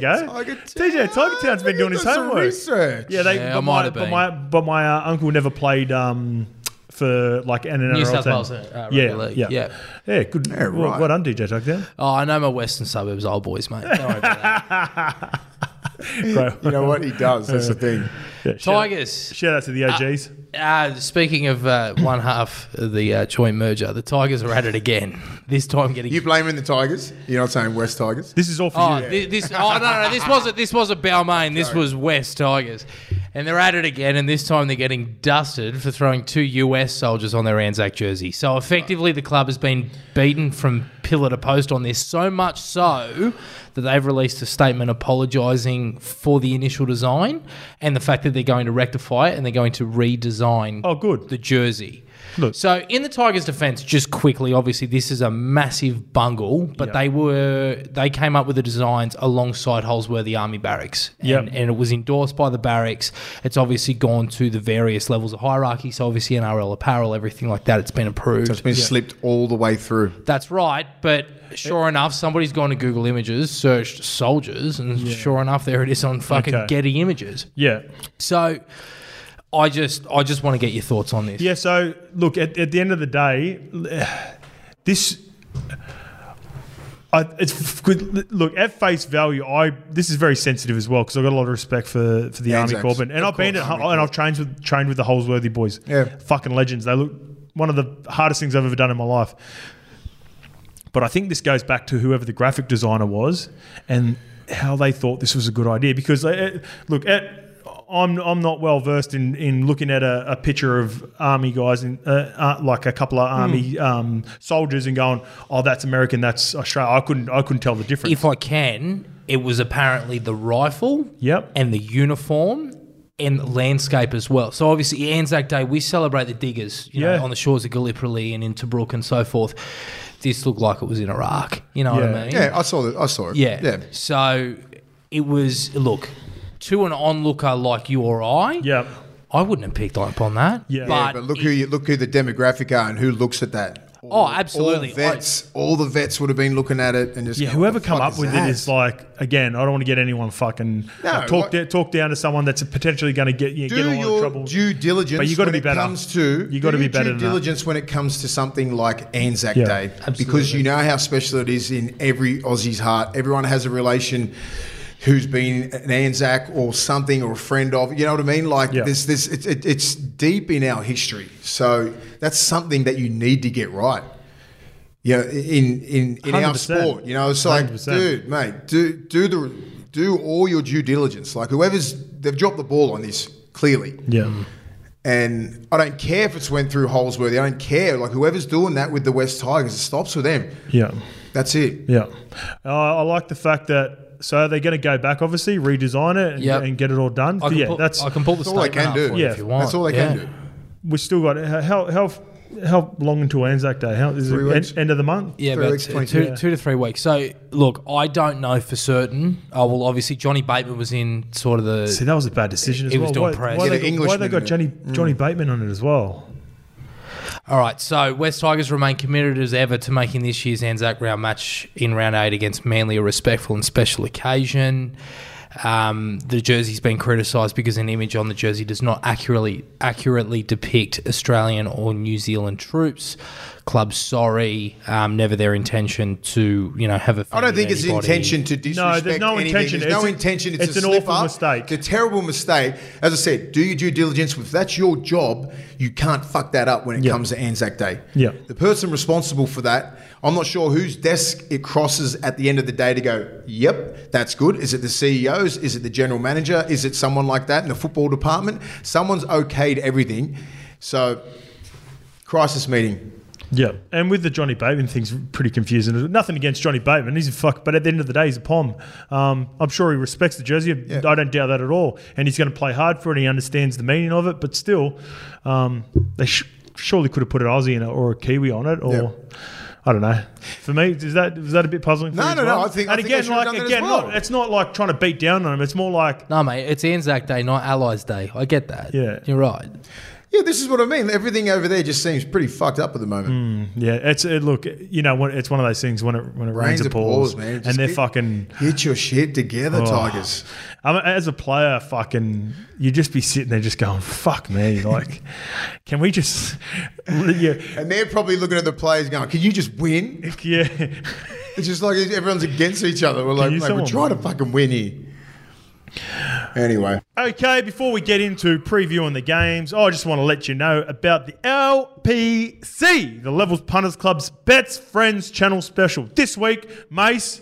go. DJ Togertown's been doing his
That's a
homework.
Research.
Yeah, they.
Yeah, I
but,
might
my,
have
but
been.
my but my uh, uncle never played um, for like an NRL
New South
team.
Wales, uh, rugby
yeah,
league,
yeah,
yeah.
yeah, Good. well,
right.
well done, DJ Tuckdown.
Oh, I know my Western suburbs old boys, mate. Don't worry about that.
Great.
You know what he does? That's the thing.
Yeah, shout,
Tigers.
shout out to the OGs.
Uh, speaking of uh, one half of the uh, joint merger, the Tigers are at it again. This time getting
You blaming the Tigers? You're not saying West Tigers.
this is all for
Oh,
you.
thi- this, oh no, no, this wasn't this wasn't Balmain. This was West Tigers, and they're at it again. And this time they're getting dusted for throwing two US soldiers on their Anzac jersey. So effectively, the club has been beaten from pillar to post on this. So much so that they've released a statement apologising for the initial design and the fact that they're going to rectify it and they're going to redesign
Oh, good.
the jersey.
Look.
So in the Tigers' defence, just quickly, obviously this is a massive bungle, but they were they came up with the designs alongside Holsworthy Army Barracks, and,
Yep.
and it was endorsed by the barracks. It's obviously gone to the various levels of hierarchy, so obviously NRL apparel, everything like that, it's been approved.
So it's been slipped all the way through.
That's right, but sure enough, somebody's gone to Google Images, searched soldiers, and sure enough, there it is on fucking
Okay.
Getty Images.
Yeah.
So. I just, I just want to get your thoughts on this.
Yeah. So look, at, at the end of the day, this. I, it's f- good. Look at face value. I this is very sensitive as well because I've got a lot of respect for, for the
Yeah,
Army
exacts.
Corps and, and
Of
I've been at
course,
home
Army
and I've trained with trained with the Holsworthy boys.
Yeah.
fucking legends. They look one of the hardest things I've ever done in my life. But I think this goes back to whoever the graphic designer was and how they thought this was a good idea. Because eh, eh, look, at I'm I'm not well versed in, in looking at a, a picture of army guys and uh, uh, like a couple of army um, soldiers and going, oh, that's American, that's Australia. I couldn't I couldn't tell the difference.
if I can, it was apparently the rifle
Yep.
and the uniform and the landscape as well. So obviously Anzac Day, we celebrate the diggers, you
Yeah.
know, on the shores of Gallipoli and in Tobruk and so forth. This looked like it was in Iraq. You know what
Yeah.
I mean?
Yeah, I saw that. I saw it.
Yeah.
yeah.
So it was look, to an onlooker like you or I,
yeah,
I wouldn't have picked up on that.
Yeah. Yeah,
Yeah, but look who you look who the demographic are and who looks at that. All,
Oh,
absolutely.
All vets, all the vets would have been looking at it and just
yeah.
going,
Whoever
"What the
come
fuck
up with
that?"
it is like again. I don't want to get anyone fucking
No,
uh, talk
like-
da- talk down to someone that's potentially going to get you get in a
do
lot of
your
trouble.
due diligence.
But you gotta
when
be
it
better.
Comes to
You gotta
do
be
your
better
Due
than that.
diligence when it comes to something like Anzac
Yeah,
Day, because you know how special it is in every Aussie's heart. Everyone has a relation who's been an Anzac or something or a friend of. You know what I mean? Like
Yeah.
this, this it, it, it's deep in our history. So that's something that you need to get right. Yeah, in in in our
100%.
sport, you know, it's like,
100%.
dude, mate, do do the do all your due diligence. Like whoever's they've dropped the ball on this clearly,
yeah.
and I don't care if it's went through Holsworthy. I don't care. Like whoever's doing that with the West Tigers, it stops with them.
Yeah.
That's it.
Yeah. Uh, I like the fact that so they're going to go back, obviously, redesign it and,
Yep.
and get it all done.
I can,
yeah,
pull,
that's
I can pull the
That's all I
statement
can
up
do.
for you
Yeah.
if you want.
That's all I
Yeah.
can do.
we've still got how how how long until Anzac Day? How is
Three
it
weeks.
en- end of the month?
Yeah,
Three
about
weeks,
two-
20.
two,
Yeah.
two to three weeks. So, look, I don't know for certain. Oh, well, obviously, Johnny Bateman was in sort of the.
See, that was a bad decision as
He
well.
was doing
why,
press.
why
Yeah,
they
the
got-
Englishman
why they got
in it.
Johnny
Mm.
Johnny Bateman on it as well?
All right, so West Tigers remain committed as ever to making this year's Anzac round match in round eight against Manly a respectful and special occasion. Um, the jersey's been criticised because an image on the jersey does not accurately accurately depict Australian or New Zealand troops. club sorry, um, never their intention to, you know, have a.
I don't think it's an
anybody.
intention to disrespect.
there's no
anything.
intention.
There's no
It's a-
intention. It's,
it's
a
an awful
slip-up.
mistake.
It's a terrible mistake. As I said, do your due diligence. If that's your job, you can't fuck that up when it comes to Anzac Day.
Yeah.
The person responsible for that, I'm not sure whose desk it crosses at the end of the day to go, yep, that's good. Is it the CEO's? Is it the general manager? Is it someone like that in the football department? Someone's okayed everything. So, crisis meeting.
Yeah, and with the Johnny Bateman thing's pretty confusing. Nothing against Johnny Bateman, he's a fuck, but at the end of the day, he's a pom. Um, I'm sure he respects the jersey. I don't doubt that at all, and he's going to play hard for it. He understands the meaning of it, but still, um, they sh- surely could have put an Aussie in it or a Kiwi on it, or I don't know. For me, is that was that a bit puzzling? For
No,
you as
no, no,
well?
I think- I
and
think they
again,
should have done
like
that as
again,
well.
not, it's not like trying to beat down on him. It's more like
No, mate, it's Anzac Day, not Allies Day. I get that.
Yeah.
You're right.
Yeah, this is what I mean. Everything over there just seems pretty fucked up at the moment.
yeah, it's it, look, you know, when, it's one of those things when it when it rains, it pours,
man.
and
Just
they're
get-
fucking.
Get your shit together,
Oh.
Tigers.
I mean, as a player, fucking, you'd just be sitting there just going, fuck me. Like, can we just. Yeah.
And they're probably looking at the players going, "Can you just win?"
yeah.
It's just like everyone's against each other. We're like,
you
"Mate, we're
someone-
trying to fucking win here." Anyway,
Okay, before we get into previewing the games, I just want to let you know about the LPC, the Levels Punters Club's Bets Friends channel special. This week, Mace,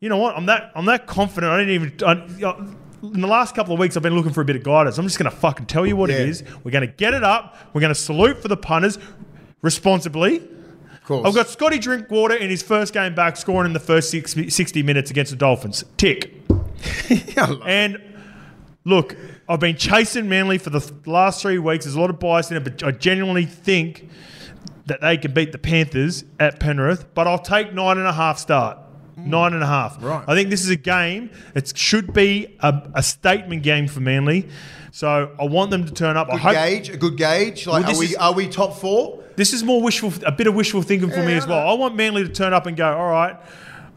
you know what? I'm that I'm that confident. I didn't even. I, you know, in the last couple of weeks, I've been looking for a bit of guidance. I'm just going to fucking tell you what it
Yeah.
is. We're going to get it up. We're going to salute for the punters responsibly.
of course,
I've got Scotty Drinkwater in his first game back, scoring in the first six, 60 minutes against the Dolphins. Tick.
Yeah, I love it.
And look, I've been chasing Manly for the th- last three weeks. There's a lot of bias in it, but I genuinely think that they can beat the Panthers at Penrith. But I'll take nine and a half start. Nine and a half.
Mm. Right.
I think this is a game. It should be a, a statement game for Manly. So I want them to turn up. I
good
hope
gauge, a good gauge. Like,
Well,
are
this
we
is-
are we top four?
this is more wishful, a bit of wishful thinking for me
Yeah,
as
I
well.
know.
I want Manly to turn up and go, all right,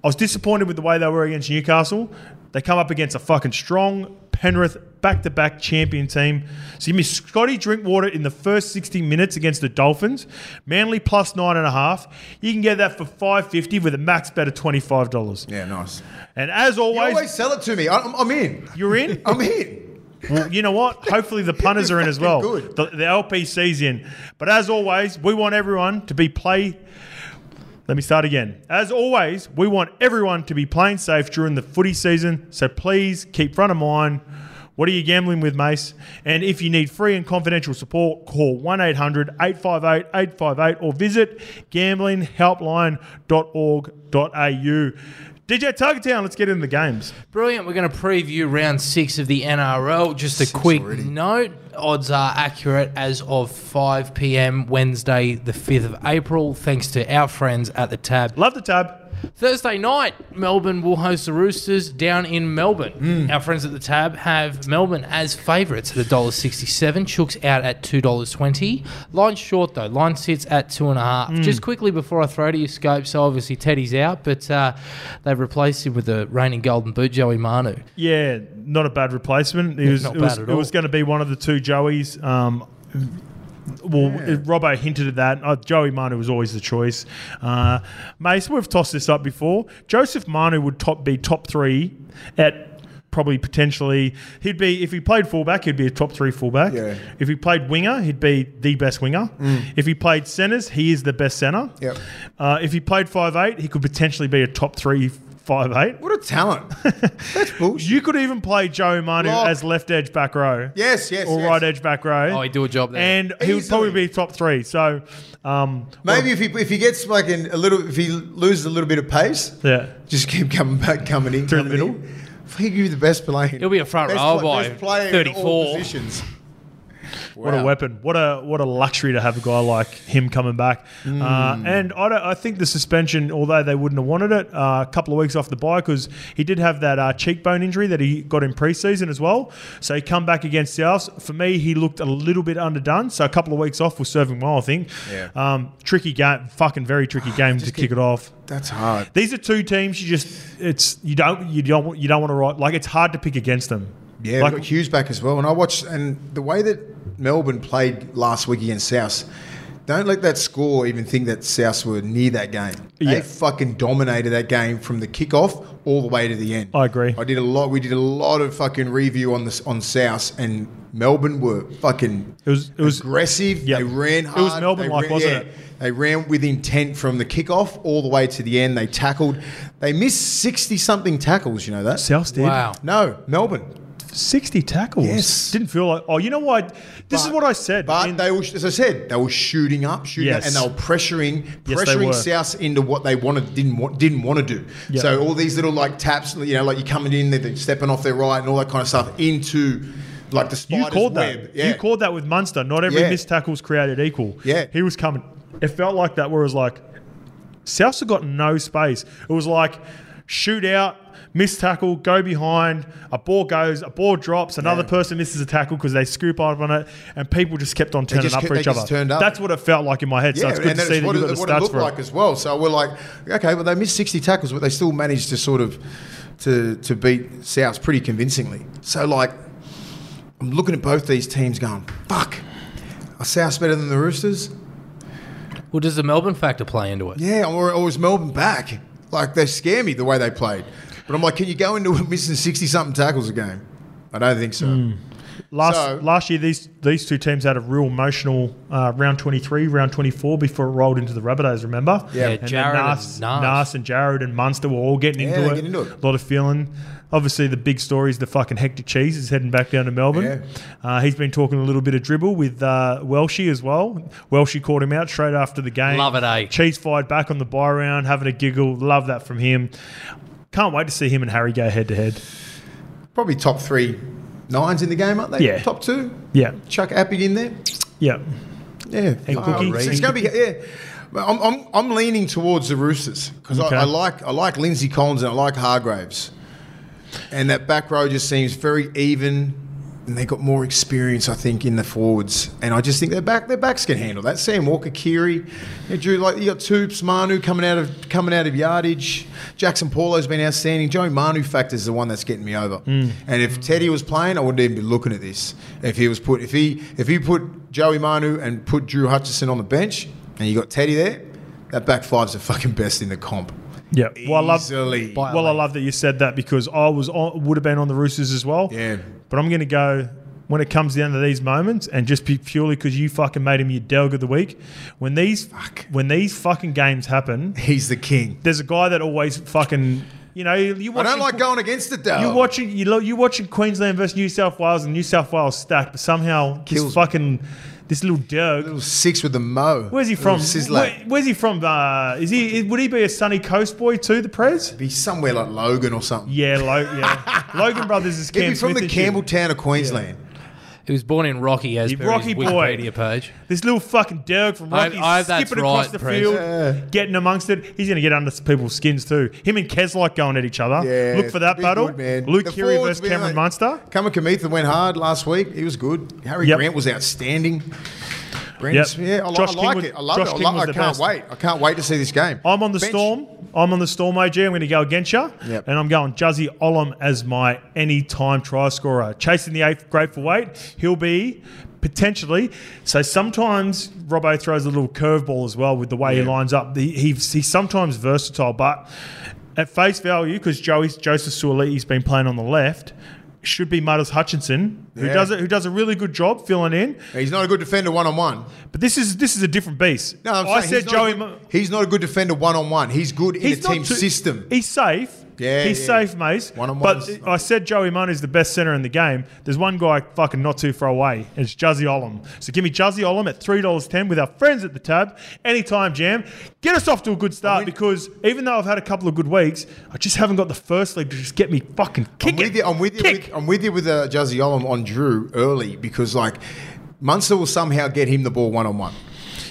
I was disappointed with the way they were against Newcastle. They come up against a fucking strong Penrith back to back champion team. So you miss Scotty Drinkwater in the first 60 minutes against the Dolphins. Manly plus nine and a half. You can get that for 550 with a max bet of $25.
Yeah, nice.
And as
You
always,
always sell it to me. I, I'm, I'm in.
you're in.
I'm in.
Well, you know what? Hopefully the punters are in as well.
Good.
The, the LPC's in. But as always, we want everyone to be play. Let me start again. As always, we want everyone to be playing safe during the footy season. So please keep front of mind. What are you gambling with, Mace? And if you need free and confidential support, call 1 800 858 858 or visit gamblinghelpline.org.au. DJ Target Town, let's get into the games.
Brilliant. We're going to preview round six of the NRL. Just a quick note odds are accurate as of 5 p.m. Wednesday, the 5th of April, thanks to our friends at the Tab.
Love the tab.
Thursday night, Melbourne will host the Roosters down in Melbourne. Our friends at the Tab have Melbourne as favourites at $1.67. Chooks out at $2.20. Line short, though. Line sits at two and a half. Just quickly before I throw to you, Scope, so obviously Teddy's out, but uh, they've replaced him with the reigning golden boot, Joey Manu.
Yeah, not a bad replacement. It was
not
it was,
bad at
it was
all.
going to be one of the two Joeys. Um, well, Robbo hinted at that. Uh, Joey Manu was always the choice. Uh, Mace, we've tossed this up before. Joseph Manu would top be top three at probably potentially. He'd be if he played fullback, he'd be a top three fullback.
Yeah.
If he played winger, he'd be the best winger.
Mm.
If he played centres, he is the best centre.
Yep.
Uh, if he played five eight, he could potentially be a top three five eight.
What a talent. That's bullshit.
You could even play Joe Manu
Lock.
as left edge back row.
Yes, yes,
Or
yes.
right edge back row.
Oh, he'd do a job there.
And he would probably
Easily.
be top three. So, um,
Maybe if he if he gets like in a little, if he loses a little bit of pace,
yeah.
Just keep coming back, coming in.
Through the
coming
middle?
in. I think you're the best player.
He'll be a front
best
row
pla-
by
best player in
34.
all positions.
What a
Wow.
weapon! What a what a luxury to have a guy like him coming back.
Hmm.
Uh, and I, don't, I think the suspension, although they wouldn't have wanted it, uh, a couple of weeks off the bye because he did have that uh, cheekbone injury that he got in preseason as well. So he come back against South. For me, he looked a little bit underdone. So a couple of weeks off will serve him well, I think.
Yeah. Ah,
Um, tricky game, fucking very tricky game to kick it off.
That's hard.
These are two teams you just it's you don't you don't want- you don't want to write like it's hard to pick against them.
Yeah,
Like-
we got Hughes back as well. And I watched, and the way that Melbourne played last week against South, Don't let that score even think that South were near that game.
Yeah.
They fucking dominated that game from the kickoff all the way to the end.
I agree.
I did a lot. We did a lot of fucking review on this on South and Melbourne were fucking.
It was- it was-
aggressive.
Yeah.
They ran
It was
hard.
Melbourne-like,
They ran-
wasn't
yeah.
it?
They ran with intent from the kickoff all the way to the end. They tackled. They missed sixty something tackles. You know that?
South did
Wow.
No, Melbourne.
60 tackles.
Yes.
Didn't feel like, oh, you know what? This is
But-
what I said.
But
in-
they were, as I said, they were shooting up, shooting
Yes.
up, and they were pressuring,
Yes, they
pressuring
were.
South into what they wanted, didn't want, didn't want to do.
Yeah.
So all these little like taps, you know, like you're coming in, they're they're stepping off their right, and all that kind of stuff into like the
you
spider's
called
web.
that.
Yeah.
You called that with Munster. Not every
Yeah.
missed tackle's created equal.
Yeah.
He was coming. It felt like that where it was like, Souths have got no space. It was like shoot out, miss tackle, go behind, a ball goes, a ball drops, another person misses a tackle because they scoop up on it, and people just kept on turning
just
up
kept-
for
they
each
just
other.
turned up.
That's what it felt like in my head. so it's good to
then
see that
what
you
it,
got the
what it
stats
looked
for
like
it.
as well. So we're like, okay, well they missed 60 tackles, but they still managed to sort of to to beat South pretty convincingly. So like, I'm looking at both these teams, going, fuck, are South better than the Roosters?
Well, does the Melbourne factor play into it?
Yeah, or, or was Melbourne back? Like they scare me the way they played. But I'm like, can you go into it missing sixty something tackles a game? I don't think so.
Hmm. Last
So-
last year, these these two teams had a real emotional uh, round twenty three, round twenty four before it rolled into the Rabbitohs. Remember?
Yeah,
and then
Jared and
Nas,
Nas.
Nas and Jared and Munster were all getting
Yeah,
into,
they're
it.
getting into it.
A lot of feeling. Obviously, the big story is the fucking hectic cheese is heading back down to Melbourne.
Yeah.
Uh, he's been talking a little bit of dribble with uh, Welshie as well. Welshie called him out straight after the game.
Love it, eh?
Cheese fired back on the buy round, having a giggle. Love that from him. Can't wait to see him and Harry go head to head.
Probably top three nines in the game, aren't they?
Yeah.
Top two.
Yeah,
Chuck Appy in there.
yeah.
Yeah.
And
Uh,
Cookie.
it's, it's gonna be yeah. But I'm, I'm, I'm leaning towards the Roosters because
Okay.
I, I like I like Lindsay Collins and I like Hargraves, and that back row just seems very even, and they got more experience I think in the forwards, and I just think their back their backs can handle that. Sam Walker, Keary, you know, Drew like you got Toops, Manu coming out of coming out of yardage. Jackson Paulo's been outstanding. Joey Manu factor is the one that's getting me over.
Hmm.
And if Teddy was playing, I wouldn't even be looking at this. If he was put if he if he put Joey Manu and put Drew Hutchison on the bench, and you got Teddy there, that back five's the fucking best in the comp.
Yeah, well, I love,
Easily.
By-
Well, I
Like-
love that you said that because I was on, would have been on the Roosters as well.
Yeah.
But I'm going to go when it comes down to these moments and just be purely because you fucking made him your dog of the week. When these
Fuck.
when these fucking games happen,
He's the king.
there's a guy that always fucking you know you
I
watch.
don't like going against it though.
You're watching, you lo- you're watching Queensland versus New South Wales, and New South Wales stacked, but somehow this
Kills me.
fucking this little derg.
Little six with the mo.
Where's he
Little
from?
Sizzler.
Where, where's he from? Uh, is he? Would he be a sunny coast boy too? The Prez?
Be somewhere like Logan or something.
Yeah, Lo- yeah. Logan Brothers is
He'd
Cam
be from
Smith
the
and shit.
Campbelltown of Queensland.
He was born in Rocky as
You
per
Rocky
his
boy.
Wikipedia page.
This little fucking Derg from
I-
Rockies
I- that's
skipping across
right,
the
Prez.
field,
Yeah.
getting amongst it. He's going to get under people's skins too. Him and Kes like going at each other.
Yeah,
Look for that
be
battle.
good, man.
Luke
The
Keary
forwards
versus
be
Cameron
like-
Munster.
Cameron Kamitha went hard last week. He was good. Harry
Yep.
Grant was outstanding. Brandon
Yep.
Smith, yeah, I, li-
Josh
I
King
like
was-
it. I love
Josh
it. I,
King
lo-
was
I
the
can't
best.
wait. I can't wait to see this game.
I'm on the
Bench-
storm. I'm on the storm, AG. I'm going to go against you.
Yep.
And I'm going Juzzy Olam as my anytime try scorer. Chasing the eighth grateful weight. He'll be potentially. So sometimes Robbo throws a little curveball as well with the way he
Yeah.
lines up. He, he's, he's sometimes versatile, but at face value, because Joey's Joseph Suoliti's been playing on the left. Should be Mudders Hutchinson, who
Yeah.
does it, who does a really good job filling in.
He's not a good defender one on one.
But this is this is a different beast.
No, I'm
I
saying
said
he's not a
Joey.
good-
Mu-
he's not a good defender one on one. He's good in a
not
team
too-
system.
He's safe.
Yeah,
he's
yeah.
safe, Mace.
One-on-one
but
is-
I said Joey Manu's the best centre in the game. There's one guy fucking not too far away. And it's Juzzy Olam. So give me Juzzy Olam at three dollars ten with our friends at the tab. Anytime jam. Get us off to a good start because even though I've had a couple of good weeks, I just haven't got the first leg to just get me fucking kick
I'm with
it.
you. I'm with you.
Kick.
With, I'm with you with uh, Jazzy Olam on Drew early because like Munster will somehow get him the ball one on one.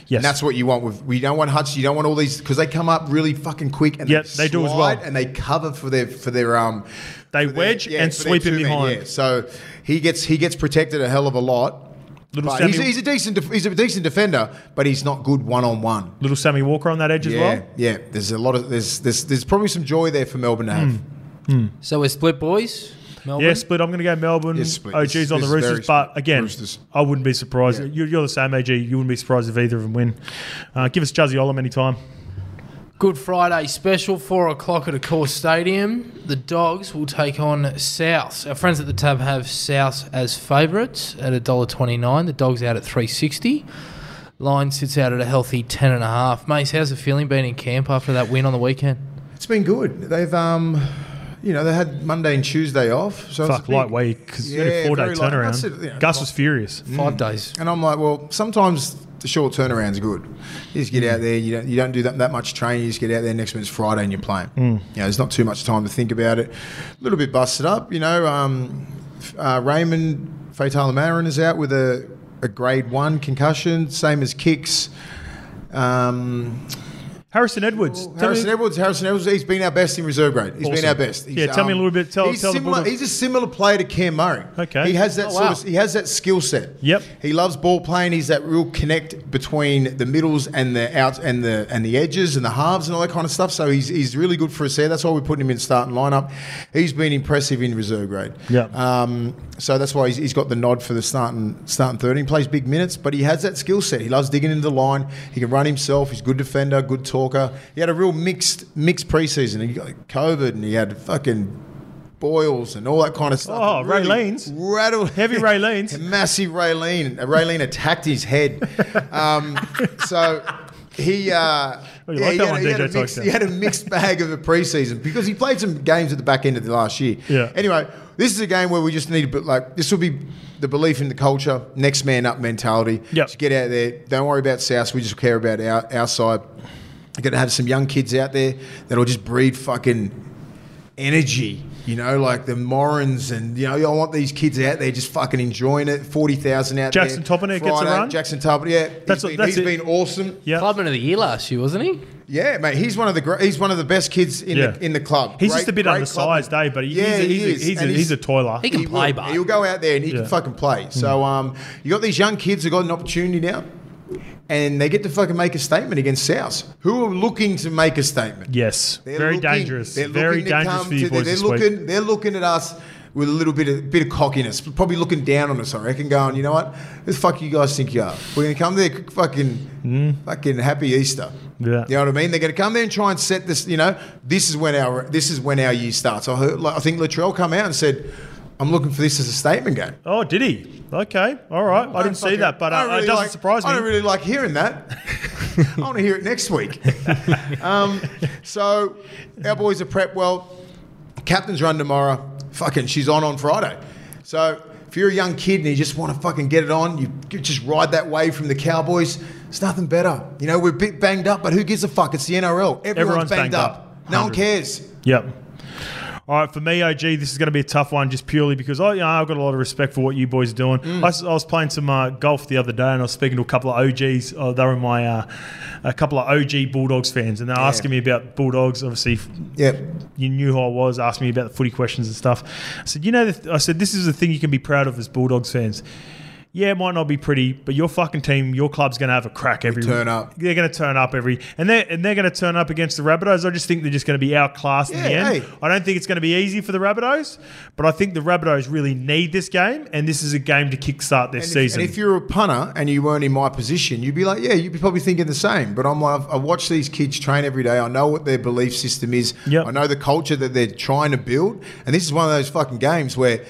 Yes.
And that's what you want. With we don't want Hutch. You don't want all these because they come up really fucking quick and
Yep, they do as well.
slide And they cover for their for their um.
They
for their-
wedge and
for their
sweep him
two-man,
behind.
yeah. So he gets he gets protected a hell of a lot.
Little
But he's,
Sammy-
he's a decent def- he's a decent defender, but he's not good one on one.
Little Sammy Walker on that edge as
Yeah,
well.
yeah.
Hmm.
There's a lot of there's there's there's probably some joy there for Melbourne to have.
So we're split boys. Melbourne?
Yeah, split. I'm going to go Melbourne.
Yeah, split.
OG's
This-
on the
this is very
Roosters, but
split.
again,
Roosters.
I wouldn't be surprised.
Yeah.
You're, you're the same, AG. You wouldn't be surprised if either of them win. Uh, give us Juzzy Olam anytime.
Good Friday special, four o'clock at Accor Stadium. The Dogs will take on South. Our friends at the tab have South as favourites at $1.29. The Dogs out at three sixty. Line sits out at a healthy ten and a half. Mace, how's the feeling been in camp after that win on the weekend?
It's been good. They've um, you know, they had Monday and Tuesday off. So it's a
Fuck,
big-
light week because you had a
Yeah,
four day
very light.
turnaround.
That's it, yeah.
Gus was furious.
Five days.
And I'm like, well, sometimes the short turnaround's good. You just get out there, you don't, you don't do that, that much training, you just get out there, next minute's Friday and you're playing. You know, there's not too much time to think about it. A little bit busted up, you know. Um, f- uh, Raymond Fatal Marin is out with a, a grade one concussion, same as Kicks. Um,
Harrison Edwards. tell
Oh, Harrison
me-
Edwards, Harrison Edwards, he's been our best in reserve grade. He's
Awesome.
been our best. He's, um,
Yeah, tell me a little bit- tell-
he's
tell the
similar,
Bulldogs-
He's a similar player to Cam Murray.
Okay.
He has that
Oh,
sort
wow.
of, he has that skill set.
Yep.
He loves ball playing. He's that real connect between the middles and the outs and the and the edges and the halves and all that kind of stuff. So he's, he's really good for us there. That's why we're putting him in starting lineup. He's been impressive in reserve grade.
Yep.
Um, so that's why he's, he's got the nod for the starting starting third. He plays big minutes, but he has that skill set. He loves digging into the line. He can run himself. He's a good defender, good talker. He had a real mixed mixed preseason. He got COVID and he had fucking boils and all that kind of stuff.
Oh,
It
Raylene's.
rattled
Heavy Raylene's.
massive Raylene. Raylene attacked his head. Um, so he. Uh,
Oh, you like
he,
that
had,
one,
he,
DJ
had a mixed,
Tykes.
he had a mixed bag of the preseason because he played some games at the back end of the last year.
Yeah.
Anyway, this is a game where we just need a bit like this will be the belief in the culture, next man up mentality.
Yep.
Just get out there. Don't worry about South. We just care about our, our side. We're going to have some young kids out there that'll just breed fucking energy. You know, like the Morans, and you know, I want these kids out there just fucking enjoying it. Forty thousand out
Jackson
there.
Toppiner gets a run?
Jackson Toppiner, yeah,
That's
that's
what-
been,
that's
he's
it.
been awesome.
Yeah.
Clubman of the year last year, wasn't he?
Yeah, mate, he's one of the gr- he's one of the best kids in
Yeah.
the in the club.
He's
Great-
just a bit
great
undersized,
club.
eh? But he, he's,
Yeah,
a,
he
he's,
is,
a, he's, a,
and
he's, a toiler.
He can play,
will.
but
He'll go out there and he
Yeah. Hmm.
can fucking play. So um, you got these young kids that got an opportunity now, and they get to fucking make a statement against South, who are looking to make a statement.
yes,
They're
very
looking-
dangerous.
they're
Very
looking to
dangerous
come
for you
to-
boys
They're
this week.
looking. They're looking at us with a little bit of bit of cockiness, probably looking down on us. I reckon, going, you know what? Who the fuck you guys think you are? We're gonna come there, fucking, fucking happy Easter.
Hmm. Yeah.
You know what I mean? They're gonna come there and try and set this. You know, this is when our this is when our year starts. I heard, like, I think Latrell come out and said, "I'm looking for this as a statement game."
Oh, did he? Okay, all right. I didn't see
fucking-
that, but uh,
I don't really
it doesn't
like-
surprise me.
I don't really like hearing that. I want to hear it next week. um, so our boys are prepped well. Captain's run tomorrow. Fucking, she's on on Friday. So if you're a young kid and you just want to fucking get it on, you you just ride that wave from the Cowboys. It's nothing better. You know, we're a bit banged up, but who gives a fuck? It's the NRL. Everyone's,
Everyone's
banged,
banged
up.
up.
No one
100.
cares.
Yep. All right, for me, OG, this is going to be a tough one just purely because I, you know, I've got a lot of respect for what you boys are doing. I s I I, was playing some uh, golf the other day and I was speaking to a couple of OGs. Uh, they were my uh, a couple of OG Bulldogs fans and they're asking me about Bulldogs. Obviously,
Yep.
you knew who I was, asked me about the footy questions and stuff. I said, you know, the th- I said, this is the thing you can be proud of as Bulldogs fans. Yeah, it might not be pretty, but your fucking team, your club's going to have a crack every
turn up.
They're going to turn up every, and they're and they're going to turn up against the Rabbitohs. I just think they're just going to be outclassed in the
Yeah,
end.
hey.
I don't think it's going to be easy for the Rabbitohs, but I think the Rabbitohs really need this game, and this is a game to kickstart their
And if-
season.
and if you're a punter and you weren't in my position, you'd be like, yeah, you'd be probably thinking the same. But I'm like, I've- I watch these kids train every day. I know what their belief system is.
Yep.
I know the culture that they're trying to build. And this is one of those fucking games where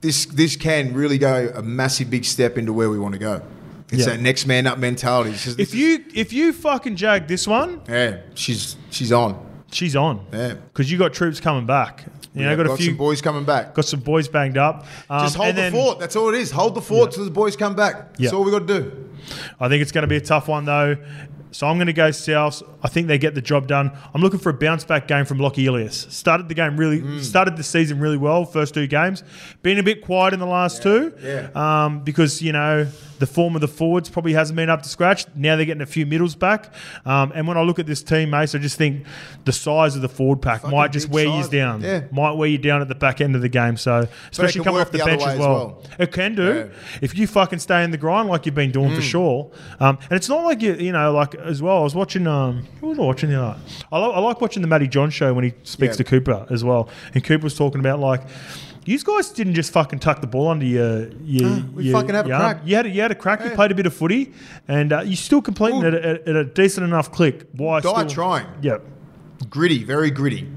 this this can really go a massive big step into where we want to go. It's
Yeah.
that next man up mentality. It's just-
if you if you fucking jag this one,
yeah, she's she's on.
she's on.
Yeah.
because you got troops coming back. You know,
We've
got, a
some
few.
boys coming back.
Got some boys banged up. Um,
Just hold
and
the
then-
fort. That's all it is. Hold the fort till the boys come back. That's
Yeah.
all we got to do.
I think it's going to be a tough one though. So I'm going to go South. I think they get the job done. I'm looking for a bounce back game from Lockie Elias. Started the game really,
Mm.
started the season really well. First two games, been a bit quiet in the last two,
yeah.
Um, because you know the form of the forwards probably hasn't been up to scratch. Now they're getting a few middles back, um, and when I look at this team, Mace, I just think the size of the forward pack
Fucking
might just
big
wear you
size.
down.
Yeah.
Might wear you down at the back end of the game. So especially
can
coming
work
off the,
the other
bench
way
as
as
well.
well.
It can do if you fucking stay in the grind like you've been doing
Mm.
for sure. Um, and it's not like you, you know, like as well. I was watching. Um, who was I watching the other night? I, lo- I like watching the Matty John show when he speaks to
Yeah.
Cooper as well. And Cooper was talking about like. you guys didn't just fucking tuck the ball under your. your
Ah, we
your-
fucking had a
your arm.
crack.
You had a, you had a crack. You played a bit of footy, and uh, you're still completing at a, at a decent enough click. Why?
Die
still-
trying.
Yep.
Gritty, very gritty.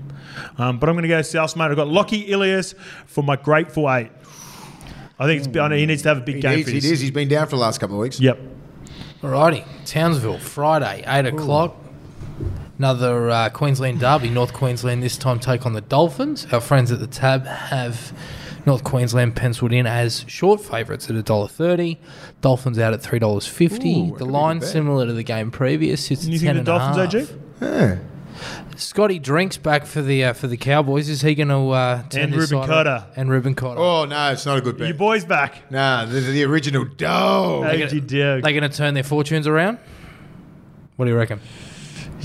Um, but I'm going to go South, mate. I've got Lockie Ilias for my grateful eight. I think it's, I know he needs to have a big
He
game
is,
for
he
this.
is. He's been down for the last couple of weeks.
Yep.
Alrighty, Townsville, Friday, 8 o'clock. Another uh, Queensland derby, North Queensland this time take on the Dolphins. Our friends at the tab have North Queensland penciled in as short favourites at $1.30. Dolphins out at $3.50.
Ooh, that
the
could be
line
good bet.
similar to the game previous. It's
And you think the Dolphins, AG?
Yeah.
Scotty Drinks back for the uh, for the Cowboys. Is he going to uh, turn
And
this
Ruben
side
Cotter.
up? And Ruben Cotter.
Oh no, it's not a good
Your
bet.
boy's back.
Nah, the, the original dog.
Hey,
gonna-
you dog.
They're going to turn their fortunes around? What do you reckon?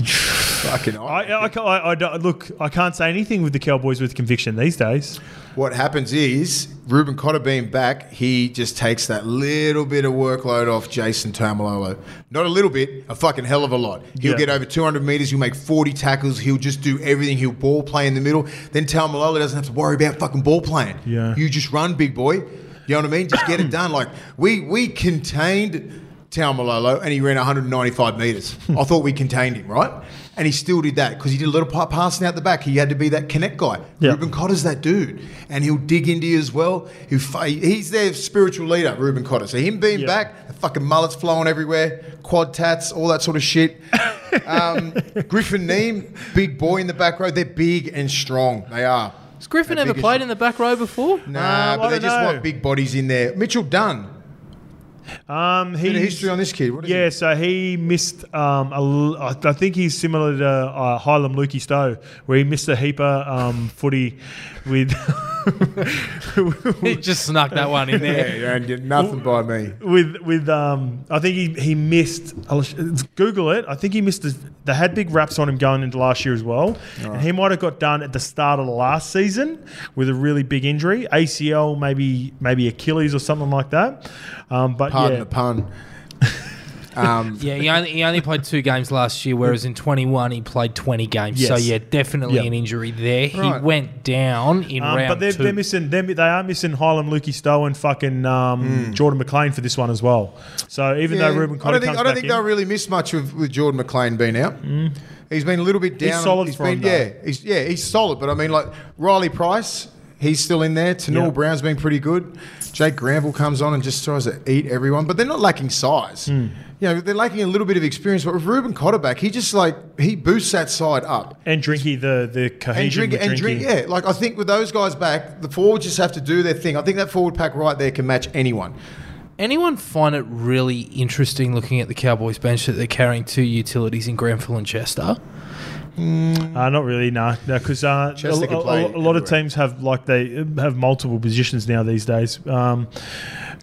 Fucking
I, uh, I, ca- I- I don't- look, I can't say anything with the Cowboys with conviction these days.
What happens is Ruben Cotter being back, he just takes that little bit of workload off Jason Tamalolo. Not a little bit, a fucking hell of a lot. He'll
Yeah.
get over 200 meters, he'll make 40 tackles, he'll just do everything. He'll ball play in the middle. Then Tamalolo doesn't have to worry about fucking ball playing.
Yeah.
You just run, big boy. You know what I mean? Just get it done. Like we we contained Tamalolo and he ran 195 meters. I thought we contained him, right? And he still did that because he did a little pa- passing out the back. He had to be that connect guy.
Yeah.
Ruben Cotter's that dude, and he'll dig into you as well. He'll, fa- he's their spiritual leader, Ruben Cotter. So him being
Yeah.
back, the fucking mullets flowing everywhere, quad tats, all that sort of shit. Um, Griffin Neem, big boy in the back row. They're big and strong. They are.
Has Griffin
They're
ever
big as
played in the back row before?
Nah,
Um, I
but they
don't
just
know.
want big bodies in there. Mitchell Dunn.
Um,
Bit of
he's-
history on this kid. What is
Yeah,
he?
so he missed. Um, a l- I I think he's similar to uh, Hylam Lukey Stowe, where he missed a heaper um, footy with
He just snuck that one in there.
Yeah, and you're nothing by me.
with with um. I think he he missed. I'll sh- Google it. I think he missed. his- They had big wraps on him going into last year as well, and he might have got done at the start of the last season with a really big injury, ACL, maybe maybe Achilles or something like that. Um, but
Pardon
yeah,
the pun. Um,
Yeah, he only, he only played two games last year, whereas in 21 he played 20 games. So
Yes.
yeah, definitely
Yeah.
an injury there. He
Right.
went down in
Um,
round
but they're,
two.
they're missing. They're, they are missing Hylam, Lukey Stowe, and fucking um, Jordan McLean for this one as well. So even
Hmm. Yeah.
though Ruben
I
Cotter
don't think,
comes
I don't
back
think
in, Mm.
they'll really miss much with, with Jordan McLean being out. He's been a little bit down.
He's solid for
been,
him, though.
yeah, he's, yeah, he's solid. But I mean, like Riley Price, he's still in there. Tanul
Yeah.
Brown's been pretty good. Jake Granville comes on and just tries to eat everyone. But they're not lacking size.
Hmm.
You know, they're lacking a little bit of experience. But with Ruben Cotter back, he just like he boosts that side up
and Drinky the the cohesion
and drink
with
and
Drinky.
drink. Yeah, like I think with those guys back, the forwards just have to do their thing. I think that forward pack right there can match anyone.
Anyone find it really interesting looking at the Cowboys bench that they're carrying two utilities in Grenfell and Chester?
Uh, not really, nah. no, because uh, a,
Chester can
a- a-
play
a lot of
everywhere.
teams have like they have multiple positions now these days. Um,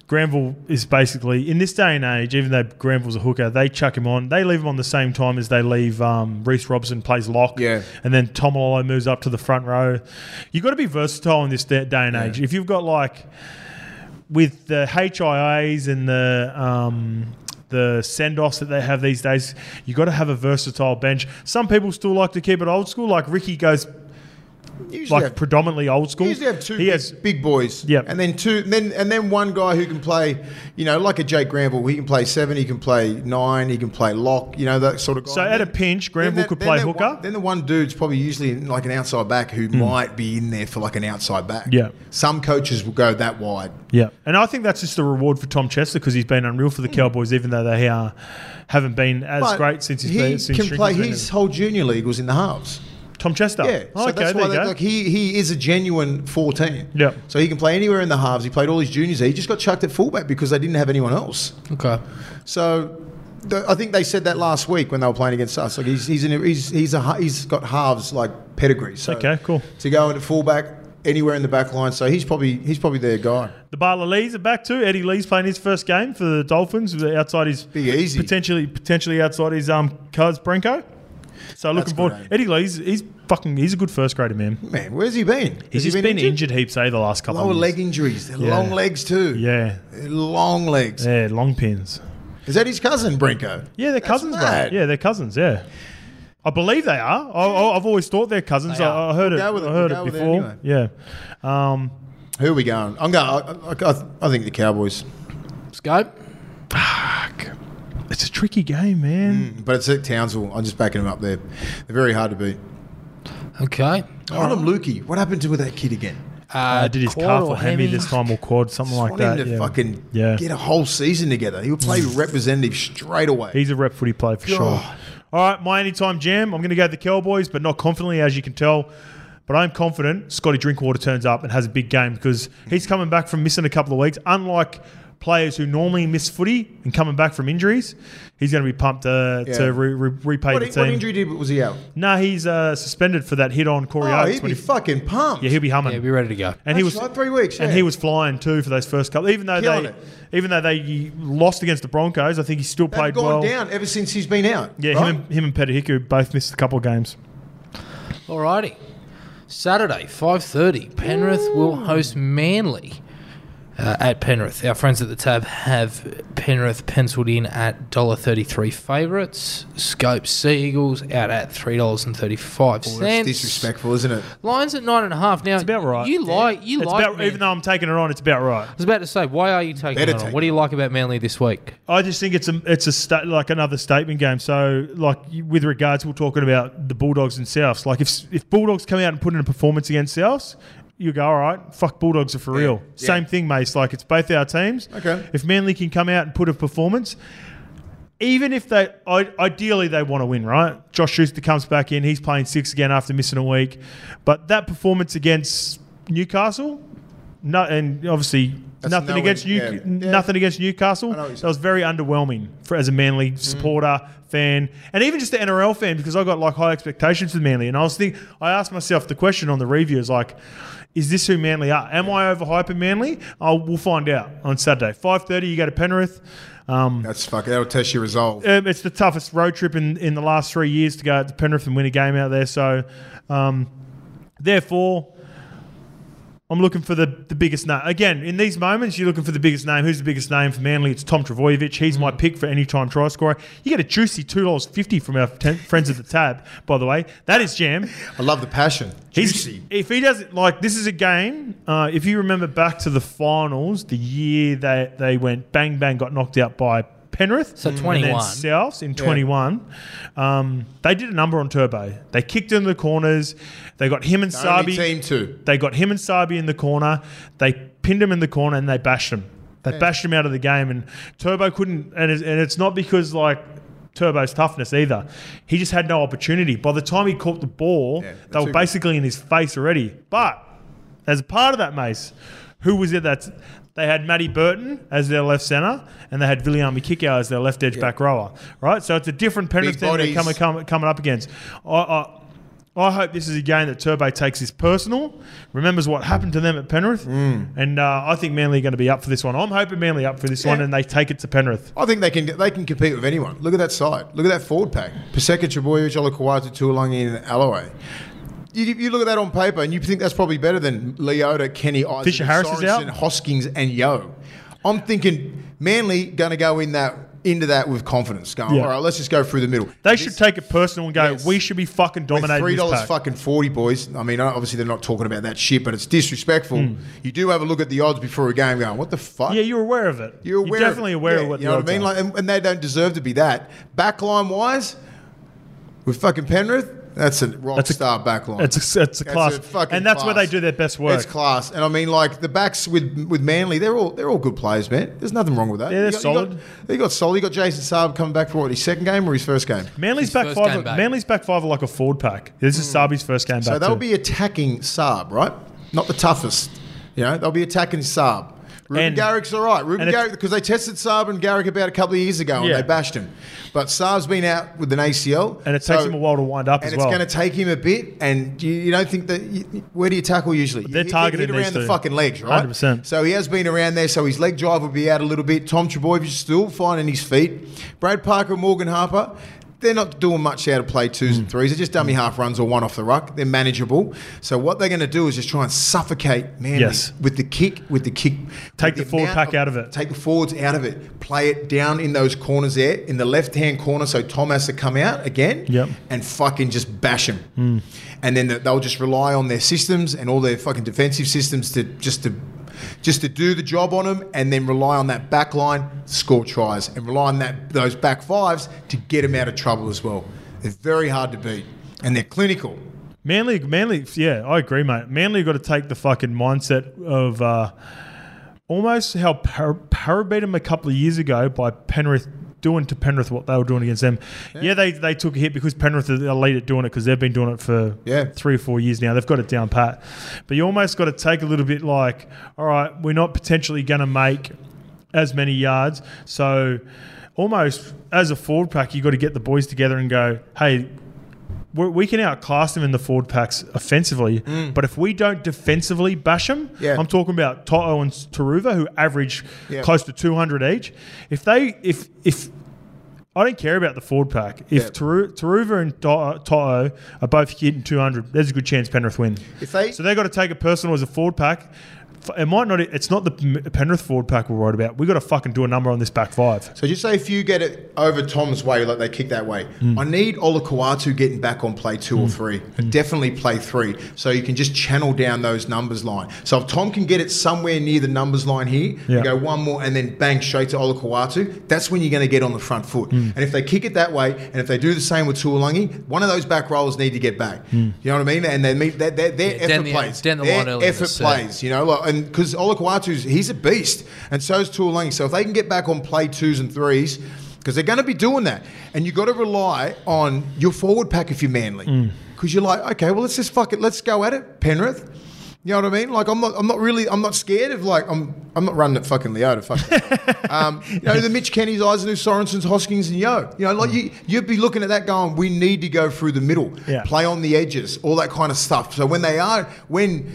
Granville is basically in this day and age, even though Granville's a hooker, they chuck him on. They leave him on the same time as they leave um, Reese Robson plays lock,
Yeah.
and then Tomalolo moves up to the front row. You've got to be versatile in this day day and age. If you've got like with the HIAs and the um, the send offs that they have these days, you got to have a versatile bench. Some people still like to keep it old school, like Ricky goes
Usually
like
have-
predominantly old school.
He usually have two
he
big,
has
big boys.
Yep.
And then two and then and then one guy who can play, you know, like a Jake Granville, he can play seven, he can play nine, he can play lock, you know, that sort of guy.
so
And
at a
then-
pinch,
then
Granville
that-
could
then
play
that
hooker. Hmm.
One, then the one dude's probably usually like an outside back who might be in there for like an outside back.
Yeah.
Some coaches will go that wide.
yeah, and I think that's just a reward for Tom Chester because he's been unreal for the Cowboys, even though they uh, haven't been as
Hmm. But
great since he's
he
been. Since
can
Shrinki's
play.
been
His
in.
whole junior league was in the halves.
Tom Chester.
Yeah,
Oh,
so
okay,
that's
there you
why they,
go.
like he he is a genuine fourteen.
Yeah.
so he can play anywhere in the halves. He played all his juniors. there. He just got chucked at fullback because they didn't have anyone else.
Okay.
So th- I think they said that last week when they were playing against us. Like he's he's in a, he's he's, a, ha- he's got halves like pedigree. So
Okay, cool.
To go into fullback anywhere in the back line, so he's probably he's probably their guy.
The Bartlett Lees are back too. Eddie Lee's playing his first game for the Dolphins outside his
Be easy.
potentially potentially outside his um Cuz Brenko. So looking
good,
forward.
eh?
Eddie Lee's he's fucking he's a good first grader man.
Man, where's he been?
He's
Has
just
he
been, injured? heaps eh, the last couple
Lower
of
leg
years.
injuries. They're
Yeah.
Long legs too.
Yeah.
They're long legs.
Yeah, long pins.
Is that his cousin Brinko?
Yeah, they're cousins, bro.
mad.
Yeah, they're cousins. Yeah, I believe they are. I, I, I've always thought they're cousins.
They
I,
are.
I heard
We'll
it.
go with it.
I heard
We'll
it
go with it
before. Yeah. Um,
Who are we going? I'm going. I, I- I, I think the Cowboys,
Scope.
It's a tricky game, man.
but it's at Townsville. I'm just backing them up there. They're very hard to beat.
Okay.
Adam Lukey, what happened to with that kid again?
Uh, did his
quad
calf
or
or hemi
hemi?
this time or quad, something like
want
that.
him to
yeah.
fucking
Yeah. Mm.
get a whole season together. He'll play representative straight away.
He's a rep footy player for sure. All right, my anytime jam. I'm going to go the Cowboys, but not confidently, as you can tell. But I'm confident Scotty Drinkwater turns up and has a big game because he's coming back from missing a couple of weeks. Unlike players who normally miss footy and coming back from injuries, he's going to be pumped uh,
Yeah.
to re- re- repay
what,
the
what
team.
injury did was he out?
Nah, he's uh, suspended for that hit on Corey
Oh,
Oates.
he'd
when
be
he-
fucking pumped.
yeah, he'll be humming.
Yeah, be ready to go.
and he
That's
was
right, three weeks,
and
yeah.
he was flying too for those first couple. Even though
Killing
they,
it.
even though they lost against the Broncos, I think he still
They've
played
gone
well.
down ever since he's been out.
Yeah,
right?
him and, him and Peter Hiku both missed a couple of games.
Alrighty. Saturday, 5.30, Penrith will host Manly uh, at Penrith. Our friends at the tab have Penrith penciled in at $1.33 favourites. Scope Sea Eagles out at $3.35.
Well,
Oh,
that's disrespectful, isn't it?
Lines at nine and a half. Now, it's
about right.
You like, you
It's
like,
about,
Man-
even though I'm taking it on, it's about right.
I was about to say, why are you taking
Better
it on?
take
what do you like about Manly this week?
I just think it's a it's a sta- like another statement game. So like you- with regards, we're talking about the Bulldogs and Souths. Like if if Bulldogs come out and put in a performance against Souths, you go all right. Fuck Bulldogs are for real.
yeah.
Same thing, Mace. Like it's both our teams.
Okay.
If Manly can come out and put a performance. Even if they, I- ideally, they want to win, right? Josh Schuster comes back in. He's playing six again after missing a week. But that performance against Newcastle, no, and obviously
That's
nothing
no
against
win-
you,
yeah.
n-
Yeah.
nothing against Newcastle.
know what you're Mm.
That was very underwhelming for as a Manly supporter, fan, and even just an NRL fan because I got like high expectations for Manly. And I was think I asked myself the question on the reviews like, is this who Manly are? Am I overhyping Manly? Oh, we'll find out on Saturday, five thirty. You go to Penrith. Um,
That's fucking. That'll test your resolve.
um, it's the toughest road trip in, in the last three years to go out to Penrith and win a game out there. So, um, therefore, I'm looking for the, the biggest name. Again, in these moments, you're looking for the biggest name. Who's the biggest name for Manly? It's Tom Travojevic. He's my pick for any time try scorer. You get a juicy $2.50 from our ten, friends at the tab, by the way. That is jam.
I love the passion.
He's-
Juicy.
If he doesn't like, this is a game. Uh, if you remember back to the finals, the year they they went bang bang, got knocked out by Penrith. Mm.
So
and then
21.
Souths in twenty one. Um, they did a number on Turbo. They kicked in the corners. They got him and
Only
Sabi.
team two.
They got him and Sabi in the corner. They pinned him in the corner and they bashed him. They bashed him out of the game. And Turbo couldn't. And it's, and it's not because like Turbo's toughness either. He just had no opportunity. By the time he caught the ball,
Yeah,
they were
too-
basically in his face already. But as a part of that, Mace, who was it that they had Matty Burton as their left centre and they had Viliami Kickow as their left edge back rower, right? So it's a different Penrith
Big
team they're
bodies.
coming, coming, coming up against. I, I, I hope this is a game that Turbo takes is personal, remembers what happened to them at Penrith,
Mm.
and uh, I think Manly are going to be up for this one. I'm hoping Manly up for this one and they take it to Penrith.
I think they can they can compete with anyone. Look at that side. Look at that forward pack. Paseka, Chaboya, Jolokawatu, Tuolangi, and Alloway. You, you look at that on paper and you think that's probably better than Leota, Kenny, Isaac,
Fisher-Harris is out?
Sorensen, Hoskins, and Yo. I'm thinking Manly going to go in that into that with confidence. Going,
Yeah.
all right, let's just go through the middle.
They should take it personal and go,
Yes.
we should be fucking dominating
Three
this
dollars
pack.
fucking forty, boys. I mean, obviously they're not talking about that shit, but it's disrespectful. You do have a look at the odds before a game, going, "What the fuck?"
Hmm. Yeah, you're aware of it.
You're, aware
definitely
of,
aware
yeah,
of what
you
the
know what
odds
I mean.
are.
Like, and, and they don't deserve to be that. Backline wise, with fucking Penrith, that's a rock
That's a-
star backline.
It's a, it's a
That's
class,
a fucking
and that's where they
class.
do their best work.
It's class, and I mean, like the backs with with Manly, they're all they're all good players, man. There's nothing wrong with that.
Yeah, they're
You got- you
solid.
got- You got, solid. You got Jason Saab coming back for what his second game or his first game.
Manly's
His
back
first
five.
game back.
Manly's back five are like a Ford pack. This is Sabi's first game
Mm. So
back.
they'll
too.
be attacking Saab, right? Not the toughest. You know, they'll be attacking Saab. Ruben
And-
Garrick's all right. Ruben
and it's-
Garrick, because they tested Saab and Garrick about a couple of years ago and
Yeah.
they bashed him. But Saab's been out with an ACL.
and it takes
so-
them a while to wind up
And
as
it's
well.
going to take him a bit. And you, you don't think that. You, where do you tackle usually?
They're
You hit-
targeting
hit around
these
the
two.
fucking legs, right?
100%.
So he has been around there. So his leg drive will be out a little bit. Tom Trebojevic still finding his feet. Brad Parker, and Morgan Harper. they're not doing much out of play twos
Mm.
and threes. They're just dummy half runs or one off the ruck. They're manageable. So what they're going to do is just try and suffocate man
Yes.
with the kick, with the kick.
Take
with
the forward
amount
pack out of it.
Take the forwards out of it. Play it down in those corners there, in the left hand corner. So Tom has to come out again
Yep.
and fucking just bash them. And then they'll just rely on their systems and all their fucking defensive systems to just to just to do the job on them and then rely on that back line to score tries and rely on that those back fives to get them out of trouble as well. They're very hard to beat and they're clinical.
Manly, Manly, yeah, I agree, mate. Manly got to take the fucking mindset of uh, almost how Par- Parra beat them a couple of years ago by Penrith doing to Penrith what they were doing against them. Yeah, they, they took a hit because Penrith are elite at doing it because they've been doing it for
Yeah.
three or four years now. They've got it down pat. But you almost got to take a little bit like, all right, we're not potentially going to make as many yards. So almost as a forward pack, you've got to get the boys together and go, hey, we we can outclass them in the forward packs offensively, but if we don't defensively bash them,
Mm. Yeah.
I'm talking about Toto and Taruva who average
Yeah.
close to 200 each. If they, if if I don't care about the forward pack, if
Yeah.
Taru Taruva and To- uh, Toto are both hitting 200, there's a good chance Penrith win.
If they-
so they got to take it personal as a forward pack. F- It might not. e, It's not the P- Penrith forward pack we're worried about. We got to fucking do a number on this back five.
So just say if you get it over Tom's way, like they kick that way, I need Olakuatu getting back on play two or three. Definitely play three, so you can just channel down those numbers line. So if Tom can get it somewhere near the numbers line here,
Yeah.
you go one more and then bang straight to Olakuatu, that's when you're going to get on the front foot. And if they kick it that way, and if they do the same with Tuolangi, one of those back rollers need to get back. You know what I mean? And they meet that their their
down
effort
the-
plays,
down the
Their
line early in the
effort
set.
plays. You know, like, and because Olakwatu's he's a beast, and so is Tuolangi. So if they can get back on play twos and threes, because they're going to be doing that, and you got to rely on your forward pack if you're manly,
Mm.
because you're like, okay, well let's just fuck it, let's go at it, Penrith. You know what I mean? Like I'm not, I'm not really, I'm not scared of like I'm, I'm not running at fucking Leota. Fuck. um, you know the Mitch Kennys, Eisenu, Sorensen's, Hoskins, and Yo. You know, like you, you'd be looking at that going, we need to go through the middle,
Yeah.
play on the edges, all that kind of stuff. So when they are, when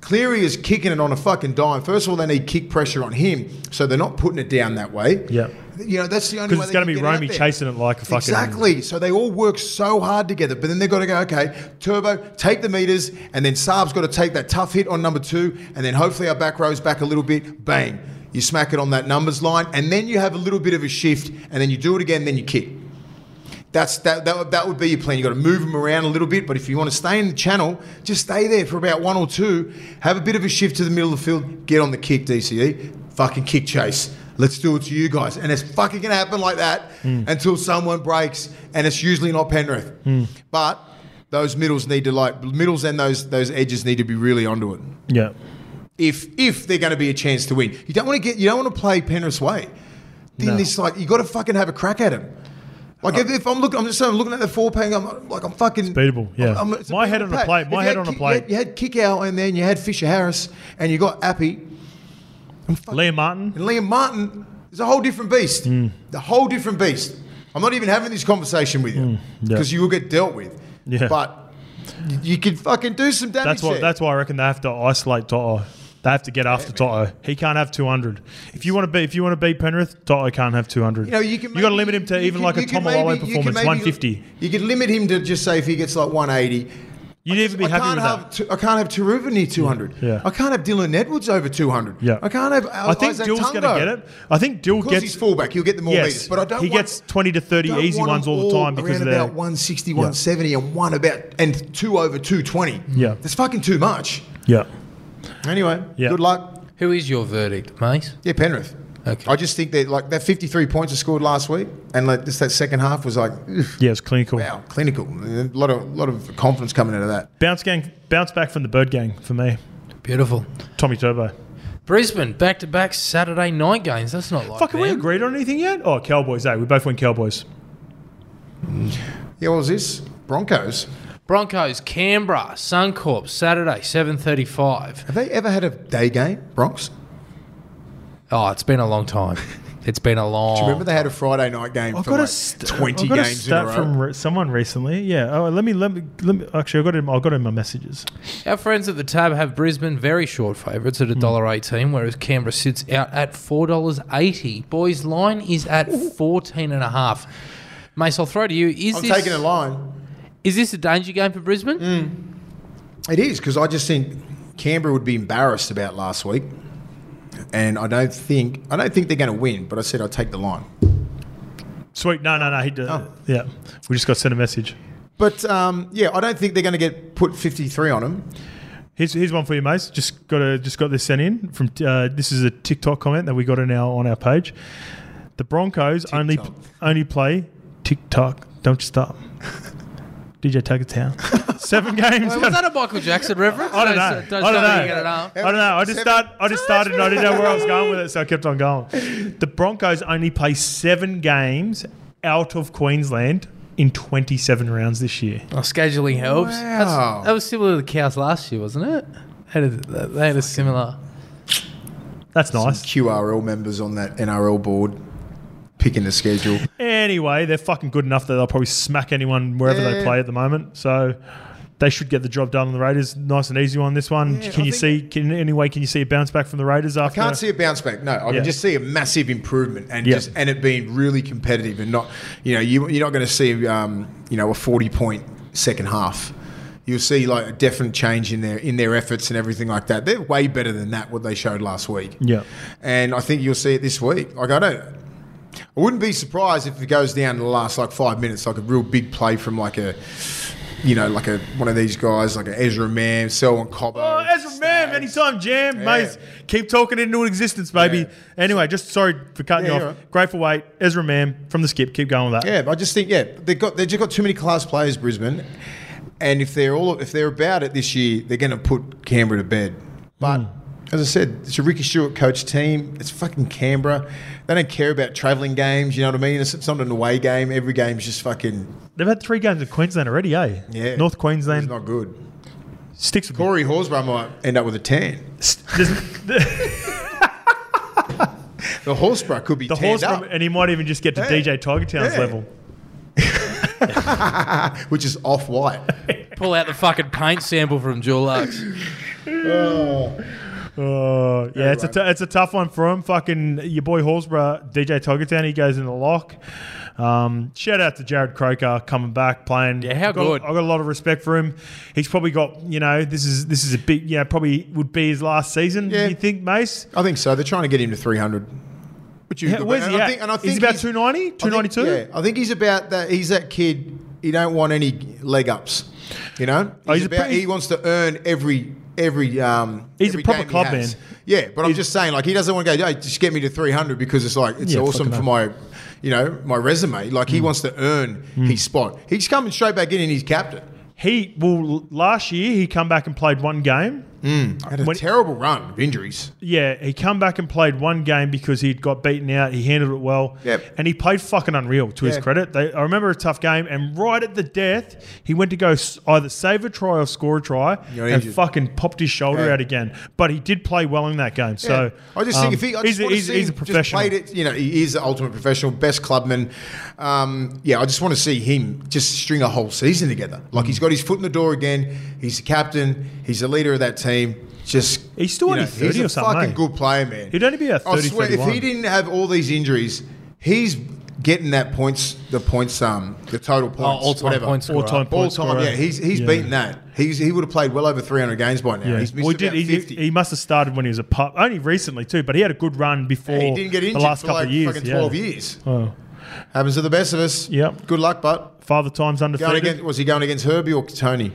Cleary is kicking it on a fucking dime, first of all, they need kick pressure on him, so they're not putting it down that way.
Yeah.
You know, that's the only way
Because it's
they
going to
can
be
get it out
Romy
there.
chasing it like a fucking
Exactly. So they all work so hard together, but then they've got to go, okay, Turbo, take the meters, and then Saab's got to take that tough hit on number two, and then hopefully our back row's back a little bit, bang. You smack it on that numbers line, and then you have a little bit of a shift, and then you do it again, then you kick. That's that, that. That would be your plan. You got to move them around a little bit, but if you want to stay in the channel, just stay there for about one or two. Have a bit of a shift to the middle of the field. Get on the kick, DCE. Fucking kick chase. Let's do it to you guys, and it's fucking gonna happen like that until someone breaks, and it's usually not Penrith. But those middles need to like middles and those those edges need to be really onto it
Yeah.
if if they're going to be a chance to win. You don't want to get you don't want to play Penrith's way. Then
No. Uh,
this like you got to fucking have a crack at him. Like if, if I'm looking, I'm just saying, I'm looking at the four paying. I'm like I'm fucking
beatable, yeah.
it's a
My
beatable
head on a
pack.
plate,
If
my
you
head
had
on a
Ki- you
plate.
had- You had, kick out, and then you had Fisher Harris, and you got Appy
Liam Martin.
and Liam Martin. Is a whole different beast.
Mm.
A whole different beast. I'm not even having this conversation with you
Mm, yeah.
because you will get dealt with.
Yeah.
But you- you could fucking do some damage.
That's why.
there.
That's why I reckon they have to isolate Toto. They have to get after Toto. He can't have 200. If you want to beat, if you want to beat Penrith, Toto can't have 200.
You know, you can.
got to
maybe-
limit him to
you
even
can-
like a
you can maybe-
Tomalolo
you can
performance,
maybe-
150.
You could limit him to just say if he gets like 180.
You'd even be
I
happy
can't
with
have
that.
Tu- I can't have Taruva near 200.
Yeah.
I can't have Dylan Edwards over 200.
Yeah.
I can't have. Al-
I think
Isaac
Dill's
Tungo.
going to get it. I think Dill
Because he's
gets.
fullback, he'll get the more meters.
Yes,
But I don't.
he
want,
gets 20 to 30
don't
easy
want
ones
them
all the time because of
around
their.
about 160, 170, and one about and two over 220.
Yeah.
that's fucking too much.
yeah,
Anyway,
Yeah.
good luck.
Who is your verdict, mate?
Yeah, Penrith.
Okay.
I just think that like that 53 points are scored last week, and like just that second half was like.
yeah, it's clinical.
Wow, clinical. A lot of lot of confidence coming out of that.
Bounce gang, bounce back from the bird gang for me.
Beautiful.
Tommy Turbo.
Brisbane back to back Saturday night games. That's not like
Fuck, have we
them.
agreed on anything yet? Oh, Cowboys. Hey, we both went Cowboys.
Yeah, what was this? Broncos.
Broncos, Canberra, Suncorp, Saturday, seven thirty-five.
Have they ever had a day game, Bronx?
Oh, it's been a long time. It's been a long.
Do you remember they had a Friday night game
Oh, I've
for
got
like
a st-
20
I've got a
games in a
stat
row?
from re- someone recently. Yeah. Oh, let me let me let me. Actually, I got it. I got it in my messages.
Our friends at the tab have Brisbane very short favourites
Hmm.
at $1.18, whereas Canberra sits out at $4.80. Boys, line is at fourteen and a half. Mace, I'll throw to you. Is
I'm
this
taking a Mm. line.
is this a danger game for Brisbane?
It is because I just think Canberra would be embarrassed about last week, and I don't think I don't think they're going to win. But I said I'd take the line.
Sweet. No, no, no. He did.
Oh.
Yeah. We just got sent a message.
But um, yeah, I don't think they're going to get put 53 on them.
Here's, here's one for you, Mace. Just got a, just got this sent in from. Uh, this is a TikTok comment that we got in our on our page. The Broncos only
TikTok.
only play TikTok. Don't you stop. DJ Tucker Town. Seven games.
Was that a Michael Jackson reference?
I don't know.
Don't- don't
I don't
start
know.
digging it up.
I don't know. I just
Seven-
start. I just started. and I didn't know where I was going with it, so I kept on going. The Broncos only play seven games out of Queensland in 27 rounds this year.
Oh, scheduling helps. That's-
Wow.
that was similar to the cows last year, wasn't it? They had a, they had a similar.
That's nice.
QRL members on that NRL board picking the schedule.
Anyway, they're fucking good enough that they'll probably smack anyone wherever they
Yeah.
play at the moment. So. They should get the job done on the Raiders. Nice and easy one. This one.
Yeah,
can
I
you
think-
see? Can anyway? Can you see a bounce back from the Raiders after?
Can't see a bounce back. No, I
Yeah.
can just see a massive improvement and
Yeah.
just and it being really competitive and not, you know, you, you're not going to see, um, you know, a 40 point second half. You'll see like a definite change in their in their efforts and everything like that. They're way better than that what they showed last week.
Yeah.
and I think you'll see it this week. Like I don't, I wouldn't be surprised if it goes down to the last like five minutes, like a real big play from like a. You know, like a one of these guys, like an Ezra Man, Selwyn Cobbo.
Oh, Ezra Mam, anytime, Jam, mate. Keep talking it into existence, baby.
Yeah.
Anyway, just sorry for cutting
Yeah,
you off.
you're right.
Grateful wait, Ezra Mam from the skip. Keep going with that.
Yeah, but I just think yeah, they have got they have just got too many class players, Brisbane, and if they're all if they're about it this year, they're going to put Canberra to bed. But
Hmm.
as I said, it's a Ricky Stewart coach team. It's fucking Canberra. They don't care about travelling games. You know what I mean? It's, it's not an away game. Every game's just fucking
They've had three games in Queensland already, eh?
yeah.
North
It's
Queensland
not good.
sticks with me.
Corey Horsburgh might end up with a tan.
St- there's-
The Horsburgh could be
the
tanned
horse,
up,
from, and he might even just get to
Yeah.
DJ Tiger Town's
Yeah.
level.
which is off white.
Pull out the fucking paint sample from Dulux.
Oh, yeah, it's a
right.
t- it's a tough one for him. Fucking your boy Horsburgh, DJ Tiger Town, he goes in the lock. Um, shout out to Jared Croker coming back playing.
Yeah, how
I've got-
good.
I've got a lot of respect for him. He's probably got you know this is this is a big you know probably would be his last season.
Yeah.
You think, Mace?
I think so. They're trying to get him to three hundred. Which you
Yeah, where's
and
he
I
at?
think- and I
he's
think
about 290,
I think-
292.
yeah, I think he's about that. He's that kid. He don't want any leg ups. You know,
Oh, he's a
about,
pretty-
he wants to earn every every. Um,
He's a
every
proper
game he
club
has.
man.
Yeah, but I'm just saying, like he doesn't want to go. Hey, just get me to 300 because it's like it's
Yeah,
awesome
fucking Hmm.
for my, you know, my resume. Like he wants to earn his spot. He's coming straight back in and he's captain.
He well last year he come back and played one game.
Had a
When-
terrible run of injuries.
Yeah, he come back and played one game because he'd got beaten out. He handled it well,
Yep.
and he played fucking unreal. To his
Yeah.
credit, they, I remember a tough game, and right at the death, he went to go s- either save a try or score a try, and
injured.
fucking popped his shoulder
Yeah.
out again. But he did play well in that game. So
I just think
um,
if he, I
he's,
just
a,
want to
he's,
see
he's a
him just
professional.
played it, you know, he is the ultimate professional, best clubman. Um, yeah, I just want to see him just string a whole season together. Like he's got his foot in the door again. He's the captain. He's the leader of that team. Just
He's still
you
only
know,
30
he's a
or something,
Fucking
eh?
good player, man.
He'd only be about 30,
I swear, if
31.
he didn't have all these injuries, he's getting that points, the points, um, the total points,
Oh, all-time
whatever.
points scorer.
All-time
all
points
time.
scorer.
Yeah, he's he's
Yeah.
beaten that. He's he would have played well over 300 games by now.
Yeah.
He's missed
Well, he,
about
did, he,
50.
he must have started when he was a pup, only recently too. But he had a good run before
And he didn't get
the
injured
last
for
couple
like
of years.
fucking
yeah.
12 years.
Oh.
Happens to the best of us.
Yep.
Good luck, but
Father time's
going
undefeated.
against, was he going against Herbie or Tony?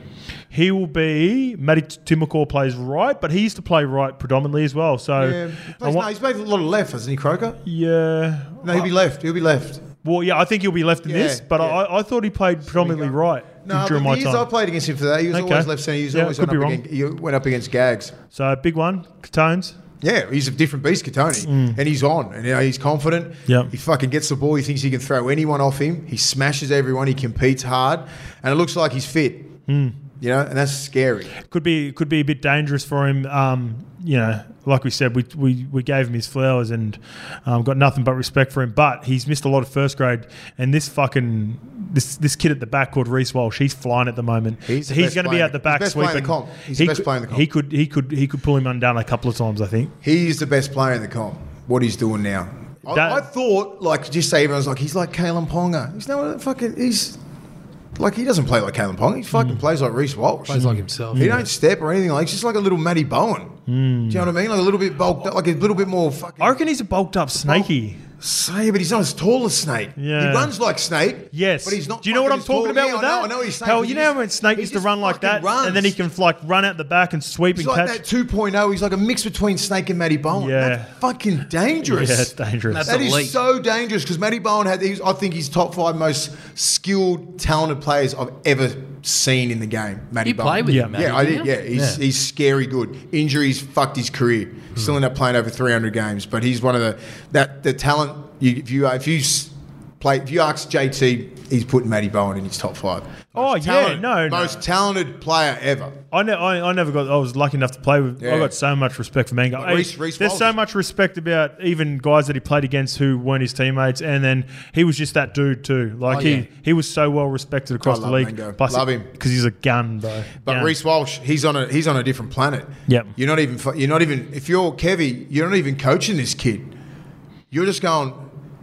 He will be Matty Timokor plays right, but he used to play right predominantly as well. So
Yeah.
Uh, I
He plays- no,
want- Uh,
he's played a lot of left, hasn't he, Croker?
yeah.
No, he'll be left. He'll be left.
Well, yeah, I think he'll be left in
Yeah,
this, but
yeah.
I, I thought he played predominantly right
No, but
during my
the years I
time.
played against him for that, he was
Okay.
always left centre. He was
Yeah,
always
could
went
be
up,
wrong.
against, he went up against Gags.
So big one, Catones.
Yeah, he's a different beast, Katoni, and he's on, and you know, he's confident.
Mm. Yep.
he fucking gets the ball. He thinks he can throw anyone off him. He smashes everyone. He competes hard, and it looks like he's fit.
Mm.
You know, and that's scary.
could be could be a bit dangerous for him. Um, you know, like we said, we, we, we gave him his flowers and um, got nothing but respect for him. But he's missed a lot of first grade, and this fucking this this kid at the back called Reese Walsh, he's flying at the moment.
He's the best
going to be
player.
at the back
He's the best player
sweeping.
in the comp. He's
he
the best
could,
player in the comp.
He could he could he could pull him undone a couple of times, I think.
He is the best player in the comp. What he's doing now. I,
That-
I thought, like, just say everyone's like, he's like Kalen Ponga. He's no one fucking. He's like, he doesn't play like Kalen Ponga. He
Hmm.
fucking plays like Reese Walsh.
Plays like himself.
He don't step or anything. Like, he's just like a little Matty Bowen.
Hmm.
Do you know what I mean? Like a little bit bulked up, like a little bit more fucking.
I reckon he's a bulked up snaky.
Say, but he's not as tall as Snake.
Yeah.
He runs like Snake.
Yes.
But he's not.
Do you know what
fucking
I'm
as tall.
talking about
Yeah,
with
I know,
that?
I know he's Snake.
Hell, you
but he
know
just-
when Snake
he
used to
just
run like
fucking
that,
runs.
and then he can like run out the back and sweep
He's
and
like
catch.
that 2.0. He's like a mix between Snake and Matty Bowen.
Yeah.
That's fucking dangerous.
yeah, it's dangerous.
That's
That is
elite.
so dangerous because Matty Bowen had, he's, I think, he's top five most skilled, talented players I've ever seen in the game. Matty
You
Bowen.
play with
Yeah.
him, mate.
Yeah, I
didn't
did.
you?
Yeah, he's, he's scary good. Injuries fucked his career.
Hmm.
Still ended up playing over 300 games, but he's one of the that the talent. You, if you if you s- play if you ask JT, he's putting Matty Bowen in his top five.
Oh, yeah, no, no.
most talented player ever.
I, ne- I, I never got. I was lucky enough to play with. I
Yeah.
got so much respect for Mango. Hey,
Reece- Reece
there's so
Walsh.
much respect about even guys that he played against who weren't his teammates, and then he was just that dude too. Like
Oh,
he
yeah.
he was so well respected across the
love
league.
Mango. Love him.
because he's a gun, bro.
But
Gun.
Reese Walsh, he's on a he's on a different planet.
Yep.
You're not even fu- you're not even if you're Kevy, you're not even coaching this kid. You're just going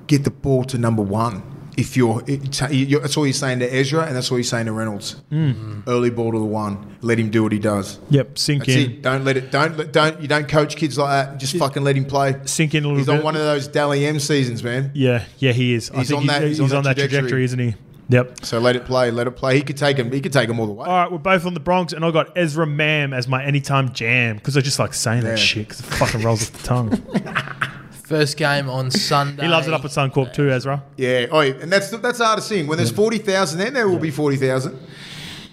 get the ball to number one. If you're, it, ta- you're that's all you're saying to Ezra, and that's all you're saying to Reynolds.
Mm.
Early ball to the one. Let him do what he does.
yep, sink
That's
in,
it. Don't let it. Don't let, don't you don't coach kids like that. Just fucking let him play.
sink in a little
He's
bit.
on one of those Dally M seasons, man.
yeah, yeah, he is. I
He's
think
on
he's,
that-
he's, on, that trajectory. isn't he? Yep.
So let it play. Let it play. He could take him. He could take him all the way.
All right, we're both on the Bronx, and I got Ezra Mam as my anytime jam because I just like saying that
Yeah.
shit because it fucking rolls off the tongue.
First game on Sunday.
He loves it up at Suncorp too, Ezra.
Yeah, oh, yeah, and that's that's the hardest thing. When there's forty thousand, then there will be forty thousand,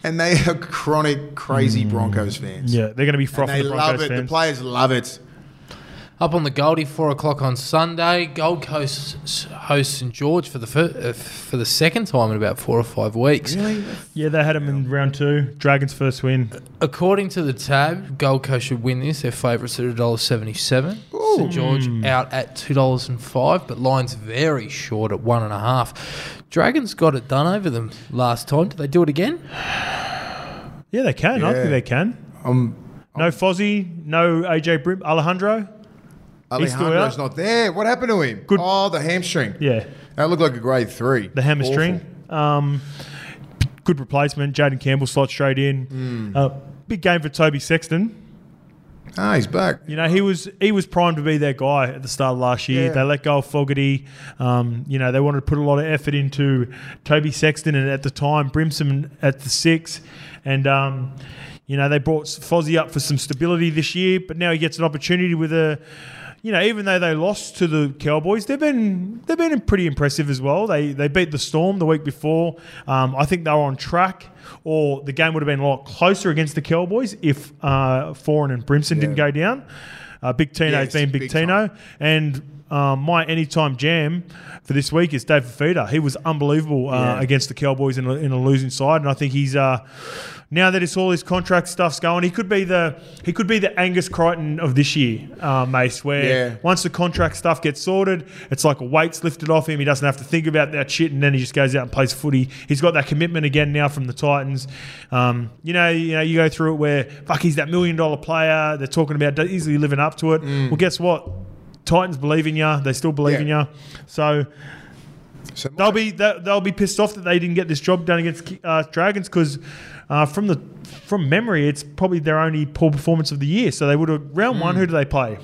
and they are chronic crazy Broncos fans.
Mm. Yeah, they're going to be
and
frothing
they
the
love
Broncos
it.
fans.
The players love it.
Up on the Goldie, four o'clock on Sunday. Gold Coast s- hosts St George for the fir- uh, f- for the second time in about four or five weeks.
Yeah, they had him in round two. Dragons first win.
According to the tab, Gold Coast should win this. They're favourites at $1.77. St George out at $2.05, but lines very short at one and a half. Dragons got it done over them last time. Did they do it again?
Yeah, they can. I think
Yeah.
they can. no Fozzie, no AJ Brim, Alejandro. He's still out?
Alejandro's not there. What happened to him?
Good-
Oh, the hamstring.
Yeah,
That looked like a grade three.
the hamstring. Um, good replacement. Jaden Campbell slots straight in. Uh, big game for Toby Sexton.
Awful. Ah, he's back.
You know he was he was primed to be their guy at the start of last year.
Yeah.
They let go of Fogarty. Um, you know they wanted to put a lot of effort into Toby Sexton and at the time Brimson at the six, and um, you know they brought Fozzie up for some stability this year. But now he gets an opportunity with a. You know, even though they lost to the Cowboys, they've been they've been pretty impressive as well. They they beat the Storm the week before. Um, I think they were on track, or the game would have been a lot closer against the Cowboys if uh, Foreign and Brimson didn't go
Yeah.
down. Uh, Big Tino's
Yes,
been Big,
big
Tino. And um, my anytime jam for this week is Dave Fafita. He was unbelievable uh,
Yeah.
against the Cowboys in a, in a losing side, and I think he's uh, now that it's all his contract stuff's going, he could be the he could be the Angus Crichton of this year, uh, Mace. Where
Yeah.
once the contract stuff gets sorted, it's like a weight's lifted off him. He doesn't have to think about that shit, and then he just goes out and plays footy. He's got that commitment again now from the Titans. Um, you know, you know, you go through it where fuck, he's that million dollar player. They're talking about easily living up to it. Well, guess what? Titans believe in you. They still believe
Yeah.
in you. So
So
they'll be they'll, they'll be pissed off that they didn't get this job done against uh, Dragons because uh, from the from memory, it's probably their only poor performance of the year. So they would have round
Mm.
one. Who do they play?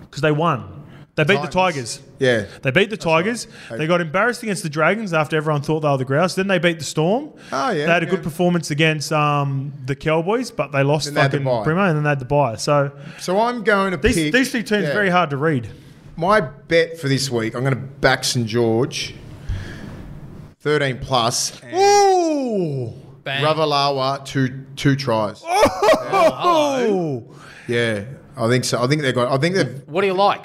Because they won. They beat the
Tigers.
Tigers.
yeah.
They beat the Tigers.
They-
They got embarrassed against the Dragons after everyone thought they were the grouse. Then they beat the Storm.
Oh, yeah,
They had a
yeah.
good performance against um, the Cowboys, but they lost
Then they had the
fucking
bye.
Brimo and then they had the buy. So
So I'm going to
these,
pick
these two teams
Yeah.
very hard to read.
My bet for this week, I'm going to back St George, thirteen plus. and-
Ooh.
Bang.
Ravalawa two two tries.
Oh.
Yeah, I think so. I think they got. I think they've.
What do you like?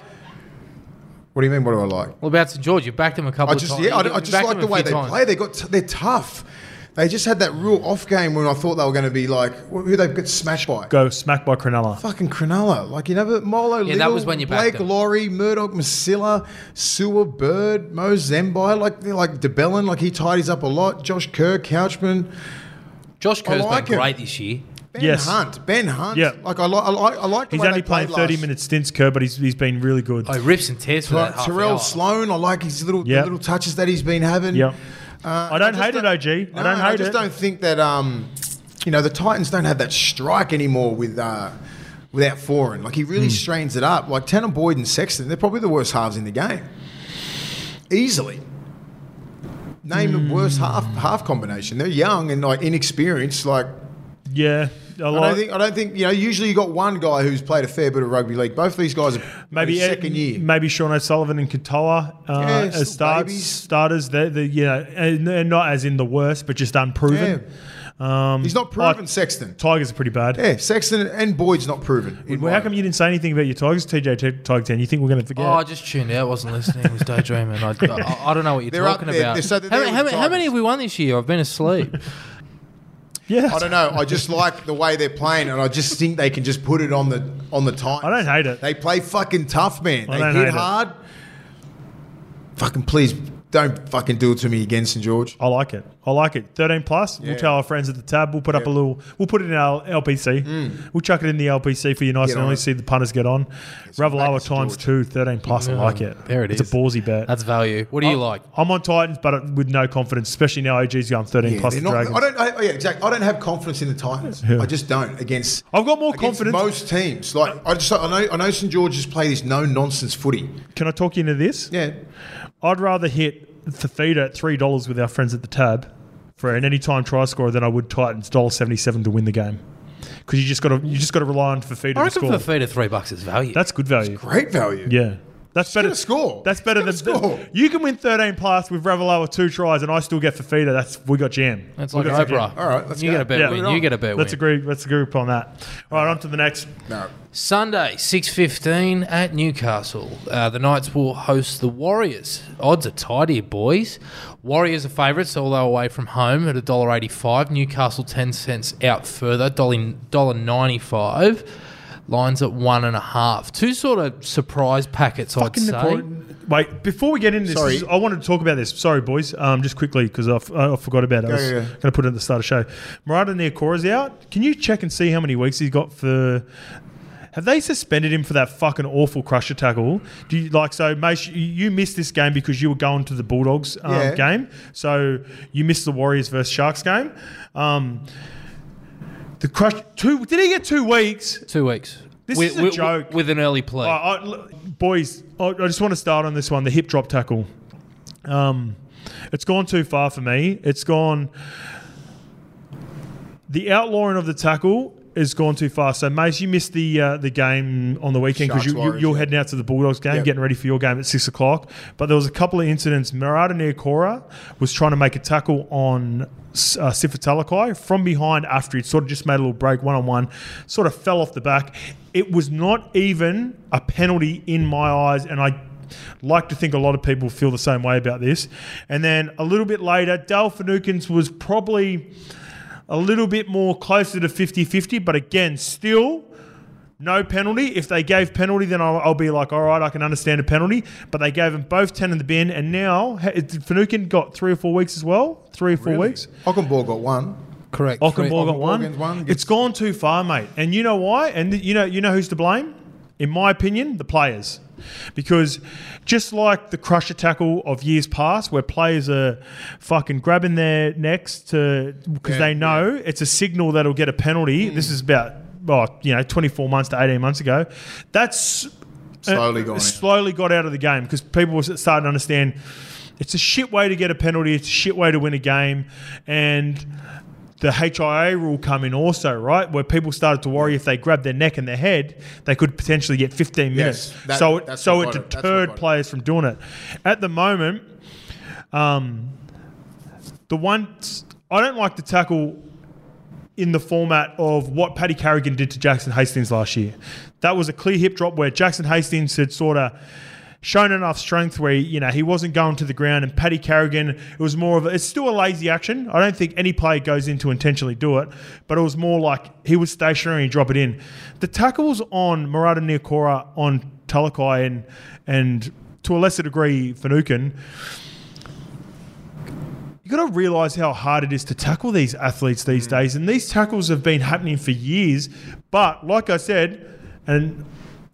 What do you mean? What do I like?
Well, about St George, you backed them a couple
I
of
just
times.
yeah. I,
You
I just
backed
like
them
the
a
way
few
they
times.
play. They got. T- they're tough. They just had that real off game when I thought they were going to be like who they got smashed by.
Go smack by Cronulla.
Fucking Cronulla, like you know, but Molo
Yeah, that
Little,
was when you backed
Blake
them.
Laurie, Murdoch Masilla, Sewer Bird, Mo Zembai, like they're like DeBellin, like he tidies up a lot. Josh Kerr, Couchman,
Josh Kerr's
like
been
him.
great this year.
Ben
Yes.
Hunt. Ben Hunt.
Yeah.
Like I, li- I, li- I like. The
He's
way
only
they played
playing 30
last-
minute stints, Kerr, but he's, he's been really good.
I Oh, rips and tears for that
Like
half
Terrell
hour.
Sloan. I like his little the
Yeah.
little touches that he's been having.
Yeah.
Uh,
I don't
just
hate it, OG. I
No,
don't
I
hate
just
it.
don't think that um, you know, the Titans don't have that strike anymore with uh, without foreign. Like he
Hmm.
really strains it up. Like Tanner Boyd and Sexton, they're probably the worst halves in the game. Easily. Name the worst
Hmm.
half half combination. They're young and like inexperienced. Like
yeah. A
I
lot.
don't think I don't think you know. Usually you got one guy who's played a fair bit of rugby league. Both of these guys are
maybe
maybe second year.
Maybe Sean O'Sullivan and Katoa uh,
Yeah, still
as starts,
babies.
starters. They're, they're, you know, and, and not as in the worst, but just unproven. Um,
He's not
I-
proven Sexton.
Tigers are pretty bad.
Yeah, Sexton and Boyd's not proven. in
Well, how
mine.
come you didn't say anything about your Tigers, TJ T- Tiger 10? You think we're going to forget?
Oh, I just tuned out. wasn't listening. I was daydreaming. I, I, I don't know what you're
They're up
talking
there.
about.
They're- so they're
how,
there
how,
with
how many
Tigers.
have we won this year? I've been asleep.
yeah.
I don't know. I just like the way they're playing, and I just think they can just put it on the on the time.
I don't hate it.
They play fucking tough, man.
I
they
don't hate
hit
it.
hard. Fucking please, don't fucking do it to me again, St George.
I like it. I like it. 13 plus.
Yeah.
We'll tell our friends at the tab. We'll put up a little, we'll put it in our LPC. We'll chuck it in the LPC for you nice
Mm. Get
and
on
early.
it.
See the punters get on. Ravalawa
St.
times
George.
two, 13 plus. I like it.
There it
it's
is.
a ballsy bet.
That's value. What do you like?
I'm on Titans, but with no confidence, especially now OG's going 13
Yeah,
plus
they're
the
not-
Dragons.
I don't. I, yeah, exactly. I don't have confidence in the Titans. I just don't against.
I've got more
against
confidence.
Most teams, like I just, I know, I know St George's play this no nonsense footy.
Can I talk you into this?
Yeah,
I'd rather hit Thafita at $3 with our friends at the tab for an anytime try scorer than I would Titans $1.77 to win the game. Because you just got to you just got to rely on Fafita
I
to
reckon
score.
for feed of three bucks is value.
That's good value.
great value.
Yeah. That's
Get
better.
a score.
That's better than
Get a score.
you can win 13 plus with Ravalawa two tries and I still get Fafita. That's we got jam.
That's
We
like
got jam.
Oprah.
All right, let's
you
go.
get a bet
Yeah.
win. You get a bet
Let's
win.
agree. Let's agree upon that. All right, on to the next.
No,
Sunday, six fifteen at Newcastle. Uh, the Knights will host the Warriors. Odds are tight here, boys. Warriors are favourites, although away from home at $1.85. Newcastle ten cents out further, $1.95. Lines at one and a half. Two sort of surprise packets, I'd
Fucking
say.
important. Wait, before we get into this,
Sorry.
this is- I wanted to talk about this. Sorry, boys, um, just quickly because I, f- I forgot about it. I
Go,
was
go, go.
going to put it at the start of the show. Murata Niakora's out. Can you check and see how many weeks he's got for? Have they suspended him for that fucking awful crusher tackle? Do you like so, Mace? You you missed this game because you were going to the Bulldogs um,
Yeah.
game, so you missed the Warriors versus Sharks game. Um, the crush two. Did he get two weeks?
Two weeks.
This
with,
is a
with-
joke. Oh,
With an early play.
I, I- l- boys, I, I just want to start on this one the hip drop tackle. Um, it's gone too far for me. It's gone. The outlawing of the tackle has gone too far. So, Mace, you missed the uh, the game on the weekend because you,
Sharks,
you,
Warriors,
you're
yeah.
heading out to the Bulldogs game,
Yep.
getting ready for your game at six o'clock. But there was a couple of incidents. Murata Niokora was trying to make a tackle on uh, Sifa Talakai from behind after he'd sort of just made a little break one on one, sort of fell off the back. It was not even a penalty in my eyes, and I like to think a lot of people feel the same way about this. And then a little bit later, Dal Fanukins was probably a little bit more closer to 50-50, but again, still no penalty. If they gave penalty, then I'll, I'll be like, all right, I can understand a penalty. But they gave them both 10 in the bin, and now ha- it- Finucane got three or four weeks as well. Three or four weeks.
Ockenball got one.
Correct.
Ockenball got one.
Ockenball won, gets-
It's gone too far, mate. And you know why? And th- you know, you know who's to blame? In my opinion, the players. Because just like the crusher tackle of years past, where players are fucking grabbing their necks to because
Yeah, Hmm.
they know it's a signal that'll get a penalty. This is about oh, you know, 24 months to 18 months ago. That's
Slowly
uh,
gone out.
Slowly got out of the game because people were starting to understand it's a shit way to get a penalty. It's a shit way to win a game, and the HIA rule come in also, right? Where people started to worry if they grabbed their neck and their head, they could potentially get 15 minutes.
that-
so it,
that's
so
what
it
got it. That's what
deterred
got it.
players from doing it. At the moment, um, the one I don't like the tackle in the format of what Paddy Carrigan did to Jackson Hastings last year. That was a clear hip drop where Jackson Hastings had sort of shown enough strength where you know he wasn't going to the ground, and Paddy Carrigan it was more of a, it's still a lazy action. I don't think any player goes in to intentionally do it, but it was more like he was stationary and drop it in. The tackles on Murata Niokora on Talakai and and to a lesser degree Finucane you got to realize how hard it is to tackle these athletes these days. And these tackles have been happening for years. But like I said, and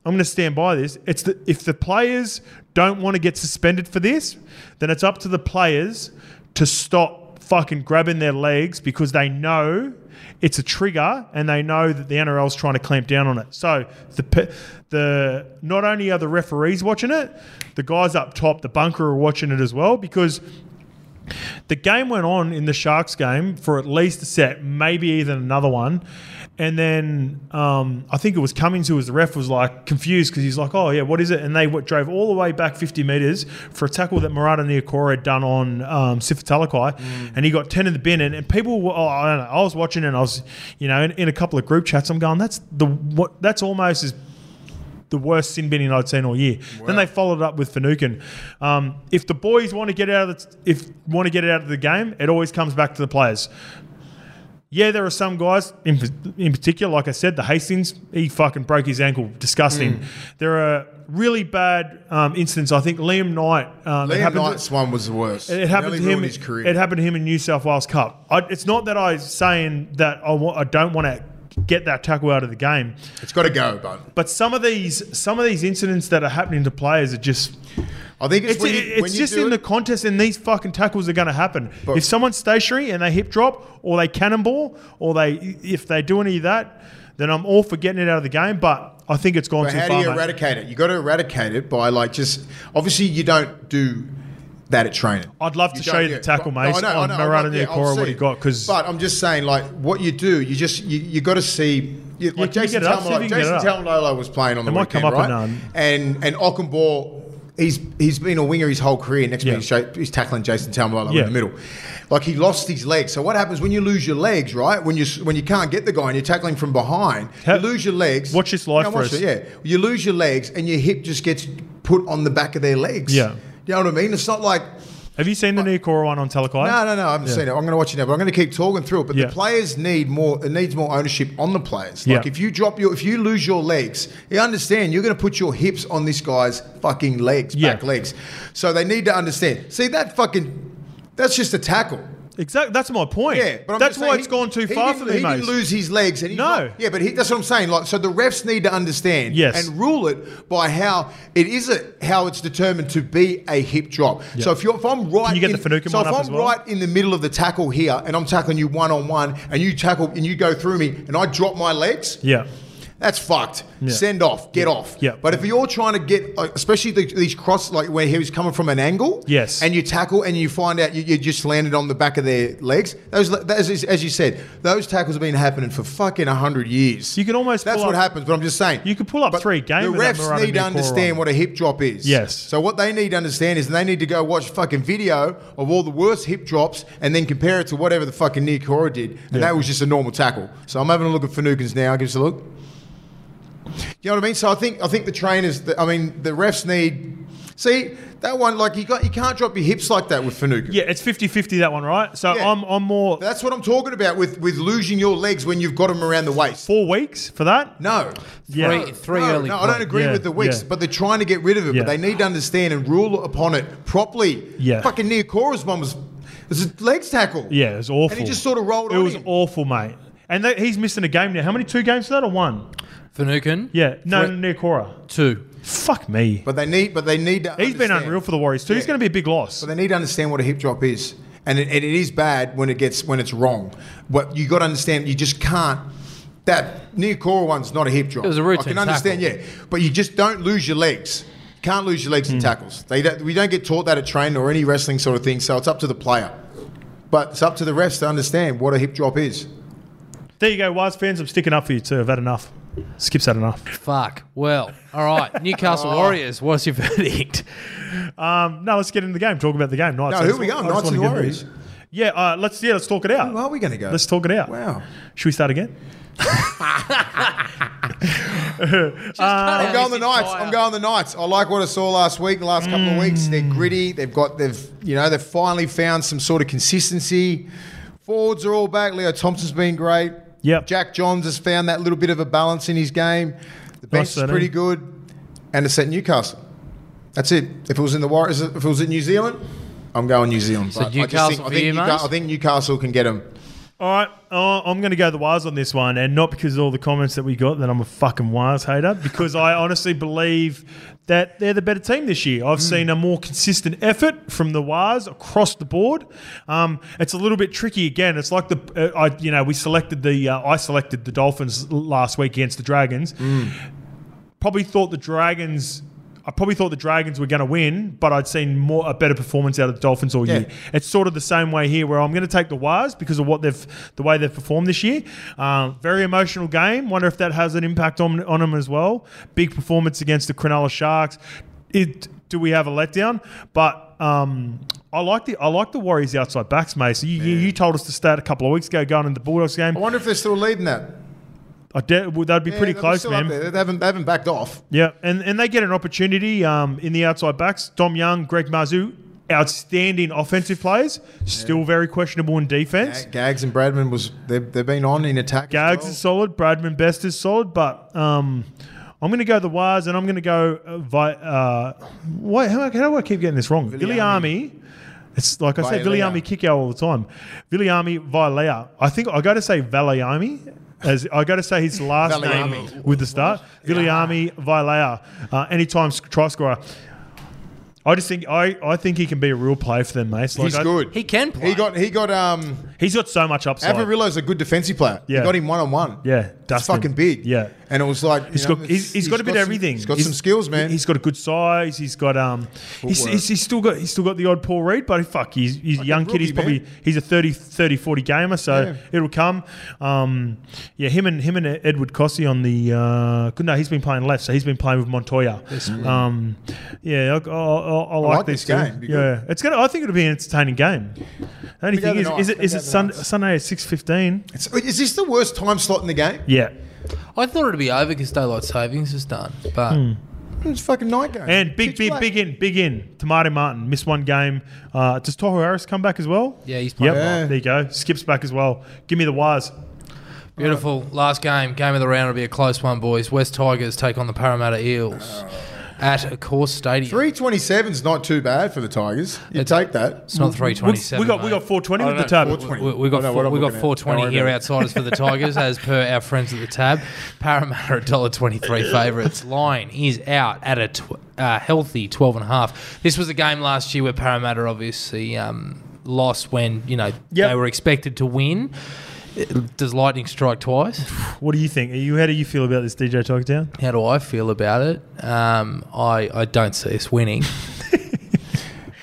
I'm going to stand by this. It's that if the players don't want to get suspended for this, then it's up to the players to stop fucking grabbing their legs because they know it's a trigger and they know that the NRL's trying to clamp down on it. So the pe- the not only are the referees watching it, the guys up top, the bunker are watching it as well because the game went on in the Sharks game for at least a set, maybe even another one. And then um, I think it was Cummings who was the ref was like confused because he's like, oh yeah, what is it? And they w- drove all the way back 50 meters for a tackle that Murata Niokora had done on um, Sifatalakai, and he got 10 in the bin. And, and people, were, oh, I don't know, I was watching and I was, you know, in, in a couple of group chats, I'm going, that's the what that's almost as the worst sin binning I'd seen all year. Then they followed up with Finucane. Um, if the boys want to get out of the, if want to get out of the game, it always comes back to the players. Yeah, there are some guys in, in particular, like I said, the Hastings, he fucking broke his ankle. Disgusting.
Mm.
There are really bad um, incidents. I think Liam Knight. Um, it
Liam
happened-
Knight's one was the worst.
it happened
Nearly
to him.
ruined His career.
It happened to him in New South Wales Cup. I, it's not that I'm saying that I, wa- I don't want to get that tackle out of the game.
it's got to go, bud.
But some of these some of these incidents that are happening to players are just
I think it's,
it's,
when you,
it's
when you
just
do
in the
it-
contest and these fucking tackles are going to happen.
But-
if someone's stationary and they hip drop or they cannonball or they if they do any of that, then I'm all for getting it out of the game, but I think it's gone
But
too
how
far.
do you
mate.
eradicate it? You got to eradicate it by like just obviously you don't do that at training.
I'd love to show
don't-
you the
yeah,
tackle,
but- no,
mate,
I know,
on
I know, I'd
Murata
love- yeah, I'll
Niokora, what he
see.
got, 'cause-
but I'm just saying, like what you do, you just you, you got to see. You, like
can you
Jason
get it up? See if
Talmalolo,
you can get
Jason
it up.
Talmalolo was playing on the
It might
weekend,
come up um,
right?
and down.
and and Ockenbaugh, he's he's been a winger his whole career. Next
Yeah.
minute he's, sha- he's tackling Jason Talmalolo
Yeah.
in the middle. Like he lost his legs. So what happens when you lose your legs, right? When you s- when you can't get the guy and you're tackling from behind,
How-
you lose your legs.
Watch this live
No,
for
watch
us.
it, yeah. Yeah, you lose your legs and your hip just gets put on the back of their legs.
Yeah.
You know what I mean? It's not like,
Have you seen the Niokora one on Talakai?
no, no, no, I haven't seen it. I'm going to watch it now, but I'm going to keep talking through it. But
Yeah.
the players need more, it needs more ownership on the players. Like
Yeah.
if you drop your, if you lose your legs, you understand you're going to put your hips on this guy's fucking legs, back
Yeah.
legs. So they need to understand. See, that fucking, that's just a tackle.
Exactly. That's my point.
Yeah, but I'm
that's
just
why
saying
it's
he-
gone too
he
far
didn't-
for me,
He
mate.
didn't lose his legs, and he's
No.
not- yeah, but he, that's what I'm saying. Like, so the refs need to understand,
Yes.
and rule it by how it is a, how it's determined to be a hip drop. So if you're if I'm right,
Can you get
in,
the Finucane
so
one
if
up
I'm
as well?
right in the middle of the tackle here, and I'm tackling you one on one, and you tackle and you go through me, and I drop my legs,
yeah.
that's fucked.
Yeah.
Send off. Get off.
Yeah.
But if you're trying to get, like, especially the, these cross, like where he was coming from an angle.
Yes.
And you tackle and you find out you, you just landed on the back of their legs. Those, that is, as you said, those tackles have been happening for fucking hundred years.
You can almost
That's
pull
what
up-
happens. But I'm just saying.
You could pull up
But
three game
The
with that
refs
Murata
need to
Niokora
understand
on.
what a hip drop is.
Yes.
So what they need to understand is they need to go watch fucking video of all the worst hip drops and then compare it to whatever the fucking Niokora did, and that was just a normal tackle. So I'm having a look at Finucane's now. Give us a look. You know what I mean? So I think I think the trainers, the, I mean, the refs need. See that one, like you got, you can't drop your hips like that with Fanuka.
Yeah, it's 50-50 that one, right? So
Yeah.
I'm I'm more
that's what I'm talking about with with losing your legs when you've got them around the waist.
four weeks for that.
No,
Yeah.
Three, three
no,
early.
no, I don't
points.
agree
Yeah,
with the weeks,
yeah.
but they're trying to get rid of it.
Yeah.
But they need to understand and rule upon it properly.
Yeah.
fucking near chorus one was, it was a legs tackle.
Yeah, it was awful.
and he just sort of rolled.
It
on
was
him.
awful, mate. And that, he's missing a game now. How many two games for that or one?
Finucane.
Yeah, no,
Three-
near Cora.
Two.
Fuck me.
But they need, but they need to.
He's been
understand.
unreal for the Warriors too. He's
Yeah.
going to be a big loss.
But they need to understand what a hip drop is, and it, and it is bad when it gets when it's wrong. But you got to understand, you just can't. That near core one's not a hip drop.
It was a routine
I can understand,
tackle.
yeah, but you just don't lose your legs. You can't lose your legs
Hmm.
in tackles. They don't, we don't get taught that at training or any wrestling sort of thing. So it's up to the player, but it's up to the refs to understand what a hip drop is.
There you go, Waz fans. I'm sticking up for you too. I've had enough. Skip's had enough.
Fuck. Well, all right. Newcastle
Oh.
Warriors. What's your verdict?
Um, no, let's get into the game. Talk about the game. Knights.
No,
I
who
just
we
want-
going?
I just want
Knights and
to get-
Warriors?
Yeah, uh, let's yeah, let's talk it out.
Where are we going to go?
Let's talk it out.
Wow.
Should we start again?
Uh,
I'm going the Knights. I'm going the Knights. I like what I saw last week, the last couple of weeks.
Mm.
They're gritty. They've got they've you know they've finally found some sort of consistency. Forwards are all back. Leo Thompson's been great.
Yep.
Jack Johns has found that little bit of a balance in his game. The bench
Nice
is
setting.
pretty good, and it's at Newcastle. That's it. If it was in the Warriors, if it was in New Zealand, I'm going New Zealand.
So
but I,
Newcastle
just think, I,
for
think
you,
Newca-
Marcus?
I think Newcastle can get him.
All right, uh, I'm going to go the Wires on this one, and not because of all the comments that we got that I'm a fucking Wires hater, because I honestly believe that they're the better team this year. I've seen a more consistent effort from the Wires across the board. Um, it's a little bit tricky again. It's like the uh, I, you know, we selected the uh, I selected the Dolphins last week against the Dragons probably thought the Dragons. I probably thought the Dragons were going to win, but I'd seen more a better performance out of the Dolphins all
Yeah.
year. It's sort of the same way here, where I'm going to take the Wires because of what they've the way they've performed this year. Um, very emotional game. Wonder if that has an impact on on them as well. Big performance against the Cronulla Sharks. It do we have a letdown? But um, I like the I like the Warriors outside backs, mate. So you, you, you told us to start a couple of weeks ago going into the Bulldogs game.
I wonder if they're still leading that.
I de- well, that'd be
Yeah,
pretty
they're
close,
still up
man.
there. They haven't, they haven't backed off.
Yeah, and, and they get an opportunity um, in the outside backs. Dom Young, Greg Mazu, outstanding offensive players, still very questionable in defense.
Gags and Bradman was they've, they've been on in attack. as
Gags
well.
is solid, Bradman Best is solid, but um, I'm going to go the Wires and I'm going to go. Uh, vi- uh, wait, how, how do I keep getting this wrong? Viliami. It's like I say,
Villiamy.
Viliami kick out all the time. Viliami Vilea. I think I got to say Valiami. As I got to say his last name
Valiami.
with the start, Viliami Vilea, uh, anytime sc- try scorer. I just think I, I think he can be a real player for them, mate. Like
He's
I-
good.
He can play.
He got he got um
He's got so much upside.
Avarillo's a good defensive player.
Yeah.
He got him one on one.
Yeah,
That's
Dustin.
fucking big.
Yeah.
And it was like you
He's
know,
got, he's, he's got a bit of
some-
everything.
He's got some skills, man.
He's got a good size. He's got um, he's,
Footwork.
he's, he's still got he's still got the odd Paul Reed, but fuck, he's he's a
Like a
young kid. He's probably
rookie, man.
he's a 30, 30 40 gamer, so
Yeah.
it'll come. Um, yeah, him and him and Edward Cossey on the uh, good. No, he's been playing left, so he's been playing with Montoya. Um, yeah, I, I, I, I like,
like
these
this
two.
game. Be good.
Yeah, it's gonna. I think it'll be an entertaining game. The only
Go
thing
the
is, is
Knights.
it
Go
is
the
it sun,
Knights.
Sunday at six fifteen?
It's- is this the worst time slot in the game?
Yeah.
I thought it'd be over because daylight savings is done, but
It's a fucking night game.
And big,
Pitch
big,
black.
big in, big in. Tomato Martin missed one game. Uh, does Toho Harris come back as well?
Yeah, he's playing
Yep.
well.
There you go. Skips back as well. Give me the wires.
beautiful. Last game, game of the round will be a close one, boys. West Tigers take on the Parramatta Eels at a course stadium.
Uh, Three twenty seven's not too bad for the Tigers. You take that.
It's not three twenty-seven.
we got we got 420 with the tab.
420.
We, we got
I don't know
four,
what I'm
we got
looking at.
420
Don't worry
here
about it.
outsiders for the Tigers, as per our friends at the tab. Parramatta at dollar twenty three favourites. Line is out at a tw- uh, healthy twelve and a half. This was a game last year where Parramatta obviously um, lost when you know
Yep.
they were expected to win. Does lightning strike twice?
What do you think? Are you how do you feel about this DJ Talkdown?
How do I feel about it? Um, I I don't see us winning.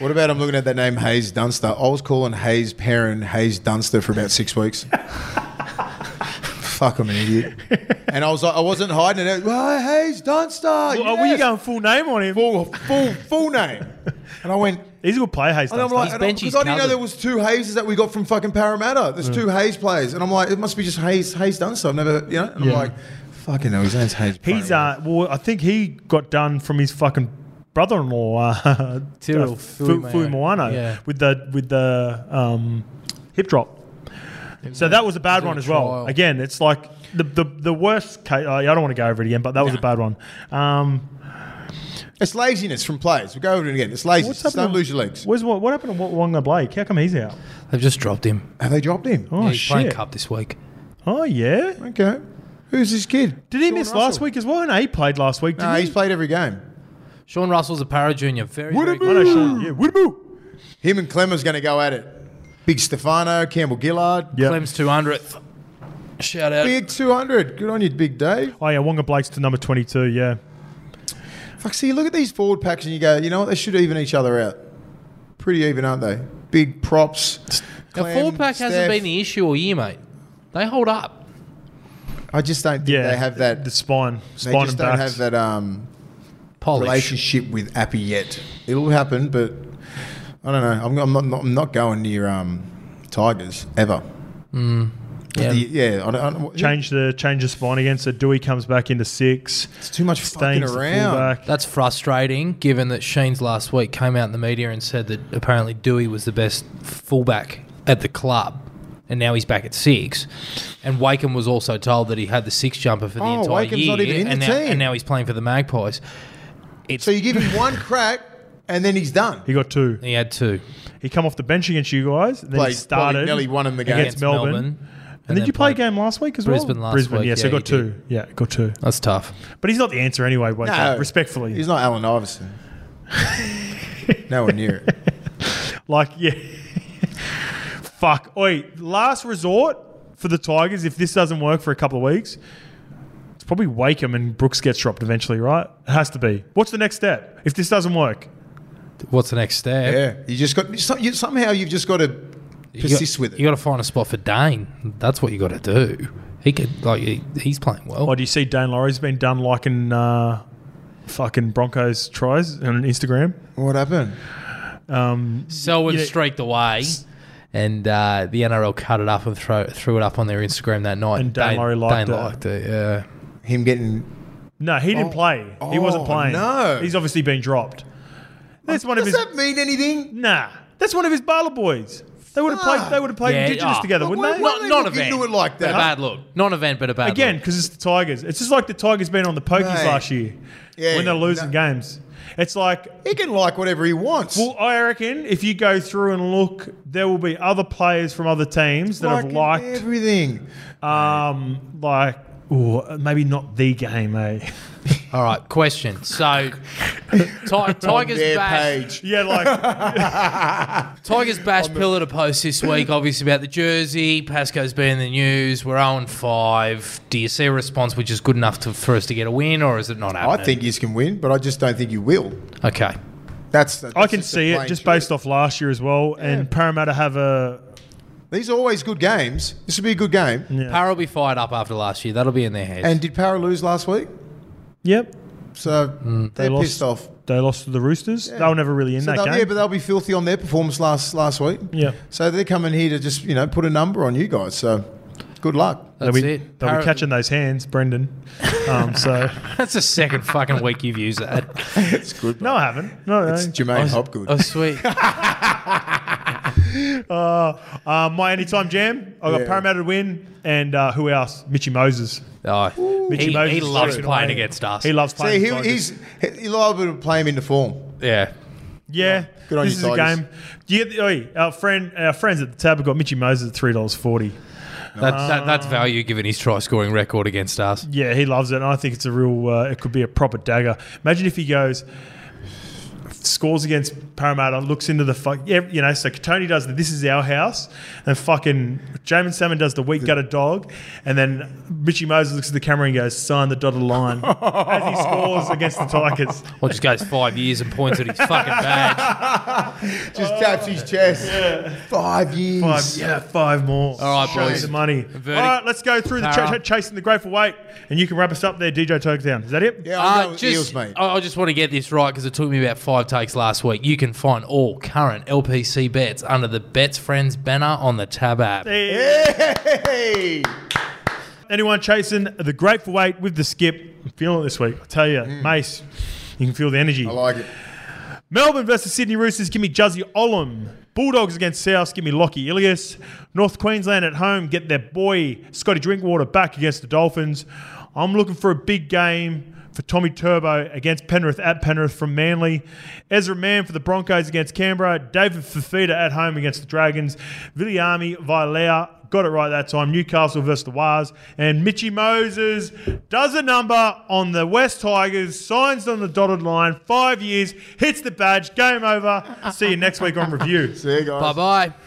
What about I'm looking at that name Hayes Dunster? I was calling Hayes Perrin Hayes Dunster for about six weeks. Fuck, I'm an idiot. And I was like, I wasn't hiding it. Well, Hayes Dunster.
Oh, were you
yes.
going full name on him?
full, full, full name? And I went.
He's a good player, Hayes.
And I'm
Dunster.
like, and I-
He's Benji's
I didn't know
cousin.
there was two Hayes that we got from fucking Parramatta.
Mm.
There's two Hayes players, and I'm like, it must be just Hayes. Hayes Dunster. I've never, you know. And
Yeah.
I'm like, fucking hell, his name's Hayes.
He's
Perrin.
uh, well, I think he got done from his fucking brother-in-law, uh,
Tyrrell
uh, Fu-
Fuimano.
Fuimano,
Yeah.
with the with the um, hip drop. So that was a bad
was
one
a
as well.
trial.
Again, it's like the the, the worst case. I don't want to go over it again, but that was a bad one. Um,
it's laziness from players. We'll go over it again. It's laziness.
what's
Just
happened?
don't
to-
lose your legs.
Where's what, what happened to Wa- Wonga Blake? How come he's out?
They've just dropped him.
Have they dropped him?
Oh
Yeah, he's playing
shit!
cup this week.
Oh yeah.
Okay. Who's this kid?
Did he
Sean
miss last
Russell.
week as well? No, he played last week. Didn't
Nah,
he?
he's played every game.
Sean Russell's a para junior. Very,
Oh,
very good.
no, Sean, yeah, Woodaboo.
Him and Clemmer's going to go at it. Big Stefano, Campbell Gillard.
Yep.
Clem's 200th. Shout out.
Big 200. Good on you, Big Dave.
Oh yeah, Wonga Blake's to number twenty-two. Yeah.
Fuck, see, you look at these forward packs and you go, you know what? They should even each other out. Pretty even, aren't they? Big props.
The
Clem,
forward pack
Steph.
hasn't been the issue all year, mate. They hold up.
I just don't think
Yeah.
they have that.
the spine,
they
spine
just
and
don't
backs.
have that um,
Polish.
relationship with Appy yet. It'll happen, but I don't know. I'm, I'm, not, not, I'm not going near um, Tigers ever.
Yeah.
The- yeah I don't, I don't,
change the change the spine again. So Dewey comes back into six,
It's too much
staying
fucking around.
fullback.
That's frustrating, given that Sheens last week came out in the media and said that apparently Dewey was the best fullback at the club, and now he's back at six. And Wakem was also told that he had the six jumper for the
Oh,
entire
Wakem's
year,
not even in
and,
the
now,
team.
and now he's playing for the Magpies.
So you give him one crack, and then he's done.
He got two.
He had two.
He come off the bench against you guys. And then
Played-
he started.
probably nearly won in the game.
against
Against
Melbourne.
Melbourne,
And,
and
did
then
you play a
played
game last week as
Brisbane
well?
last
Brisbane,
week.
yeah, so
Yeah,
got
he
two.
did.
Yeah, got two.
That's tough.
But he's not the answer anyway. Wait,
No,
respectfully,
he's not Alan Iverson. no one near it.
Like, yeah. Fuck. Oi, last resort for the Tigers, if this doesn't work for a couple of weeks, it's probably Wakeham and Brooks gets dropped eventually, right? It has to be. What's the next step if this doesn't work?
What's the next step?
Yeah, you just got so- you, somehow you've just got to
You got-
persist with it.
You got to find a spot for Dane. That's what you got to do. He could like he, he's playing well.
Or do you see Dane Laurie's been done like in uh, fucking Broncos tries on Instagram?
what happened?
Selwyn
you know-
streaked away, and uh, the NRL cut it up and throw, threw it up on their Instagram that night.
And Dane Laurie liked
Dane
it.
liked it. Yeah.
Him getting
No, he didn't play. he wasn't
oh,
playing.
no. Oh,
He's obviously been dropped. That's one of
does
his.
that mean anything?
nah, that's one of his Barla boys. They would have played. They would have played
Yeah,
Indigenous
oh.
together,
But
wouldn't
why-
they?
why don't they
Non
look
event.
into it like
But
that?
a bad look. Non event, but a bad
Again,
look.
because it's the Tigers. It's just like the Tigers being on the pokies
Mate.
last year
Yeah,
when they're losing
no.
games. It's like,
He can like whatever he wants.
well, I reckon if you go through and look, there will be other players from other teams that have
Liking
liked,
everything.
um, like, ooh, maybe not the game, eh?
All right. Question. So, Ti- Tigers
Their page.
bash.
yeah, like,
Tigers bash pillar to post this week, obviously about the jersey. Pasco's been in the news. We're 0 5. Do you see a response which is good enough to, for us to get a win, or is it not
I
happening?
think he can win, but I just don't think he will.
Okay.
That's, that's
I can
just the
see it
plain
just
truth.
based off last year as well. And Parramatta have a
These are always good games. This would be a good game.
Yeah.
Parra will be fired up after last year. That'll be in their heads.
And did Para lose last week?
yep.
So they're
They lost-
pissed off.
They lost to the Roosters. They were never really in
So
that
they'll-
game.
yeah, but they'll be filthy on their performance last last week.
yeah.
So they're coming here to just you know put a number on you guys. So good luck.
They'll
That's
be,
it.
They'll be
Parra-
catching those hands, Brendan. Um, so
That's the second fucking week you've used that.
It's good.
no, I haven't. No, no.
it's Jermaine Hopgood.
Oh, sweet.
Uh, my anytime jam. I got
Yeah.
Parramatta to win, and uh, who else? Mitchy Moses.
Oh,
Mitchy
he,
Moses
he
is
loves
taking
playing
away.
against us.
He loves
See,
playing.
he,
the Tigers.
he's he's liable to play him into form.
yeah.
yeah.
Good on
this
you,
is a
Tigers.
game. Do you get the, oi, our friend, our friends at the tab have got Mitchy Moses at three dollars forty.
That, that, that's value given his try scoring record against us.
Yeah, he loves it, and I think it's a real. Uh, it could be a proper dagger. Imagine if he goes. Scores against Parramatta, looks into the fuck, yeah, you know. So Katoni does the "This is our house," and fucking Jamin Salmon does the "Weak gutter dog," and then Mitchy Moses looks at the camera and goes, "Sign the dotted line" as he scores against the Tigers.
Or just goes five years and points at his fucking badge.
Just taps his chest. Five years.
Oh. Five, yeah, five more.
All right,
Show me
boys.
the money.
Verdict.
All right, let's go through the ch-
Para.
ch- chasing the grateful weight, and you can wrap us up there, DJ Togetown. Is that it?
Yeah, I'm going
Uh,
with
just,
Eels, mate.
I, I just want to get this right because it took me about five takes last week. You can find all current LPC bets under the Bets Friends banner on the Tab app.
Hey.
Hey!
Anyone chasing the grateful weight with the skip? I'm feeling it this week. I tell you, Mace, you can feel the energy.
Mm. I like it.
Melbourne versus Sydney Roosters. Give me Juzzy Olam. Bulldogs against South. Give me Lockie Ilias. North Queensland at home. Get their boy Scotty Drinkwater back against the Dolphins. I'm looking for a big game for Tommy Turbo against Penrith at Penrith from Manly. Ezra Mann for the Broncos against Canberra. David Fafita at home against the Dragons. Viliami Vailea. Got it right that time. Newcastle versus the Wars. And Mitchy Moses does a number on the West Tigers, signs on the dotted line, five years, hits the badge, game over. See you next week on review.
See you guys.
Bye bye.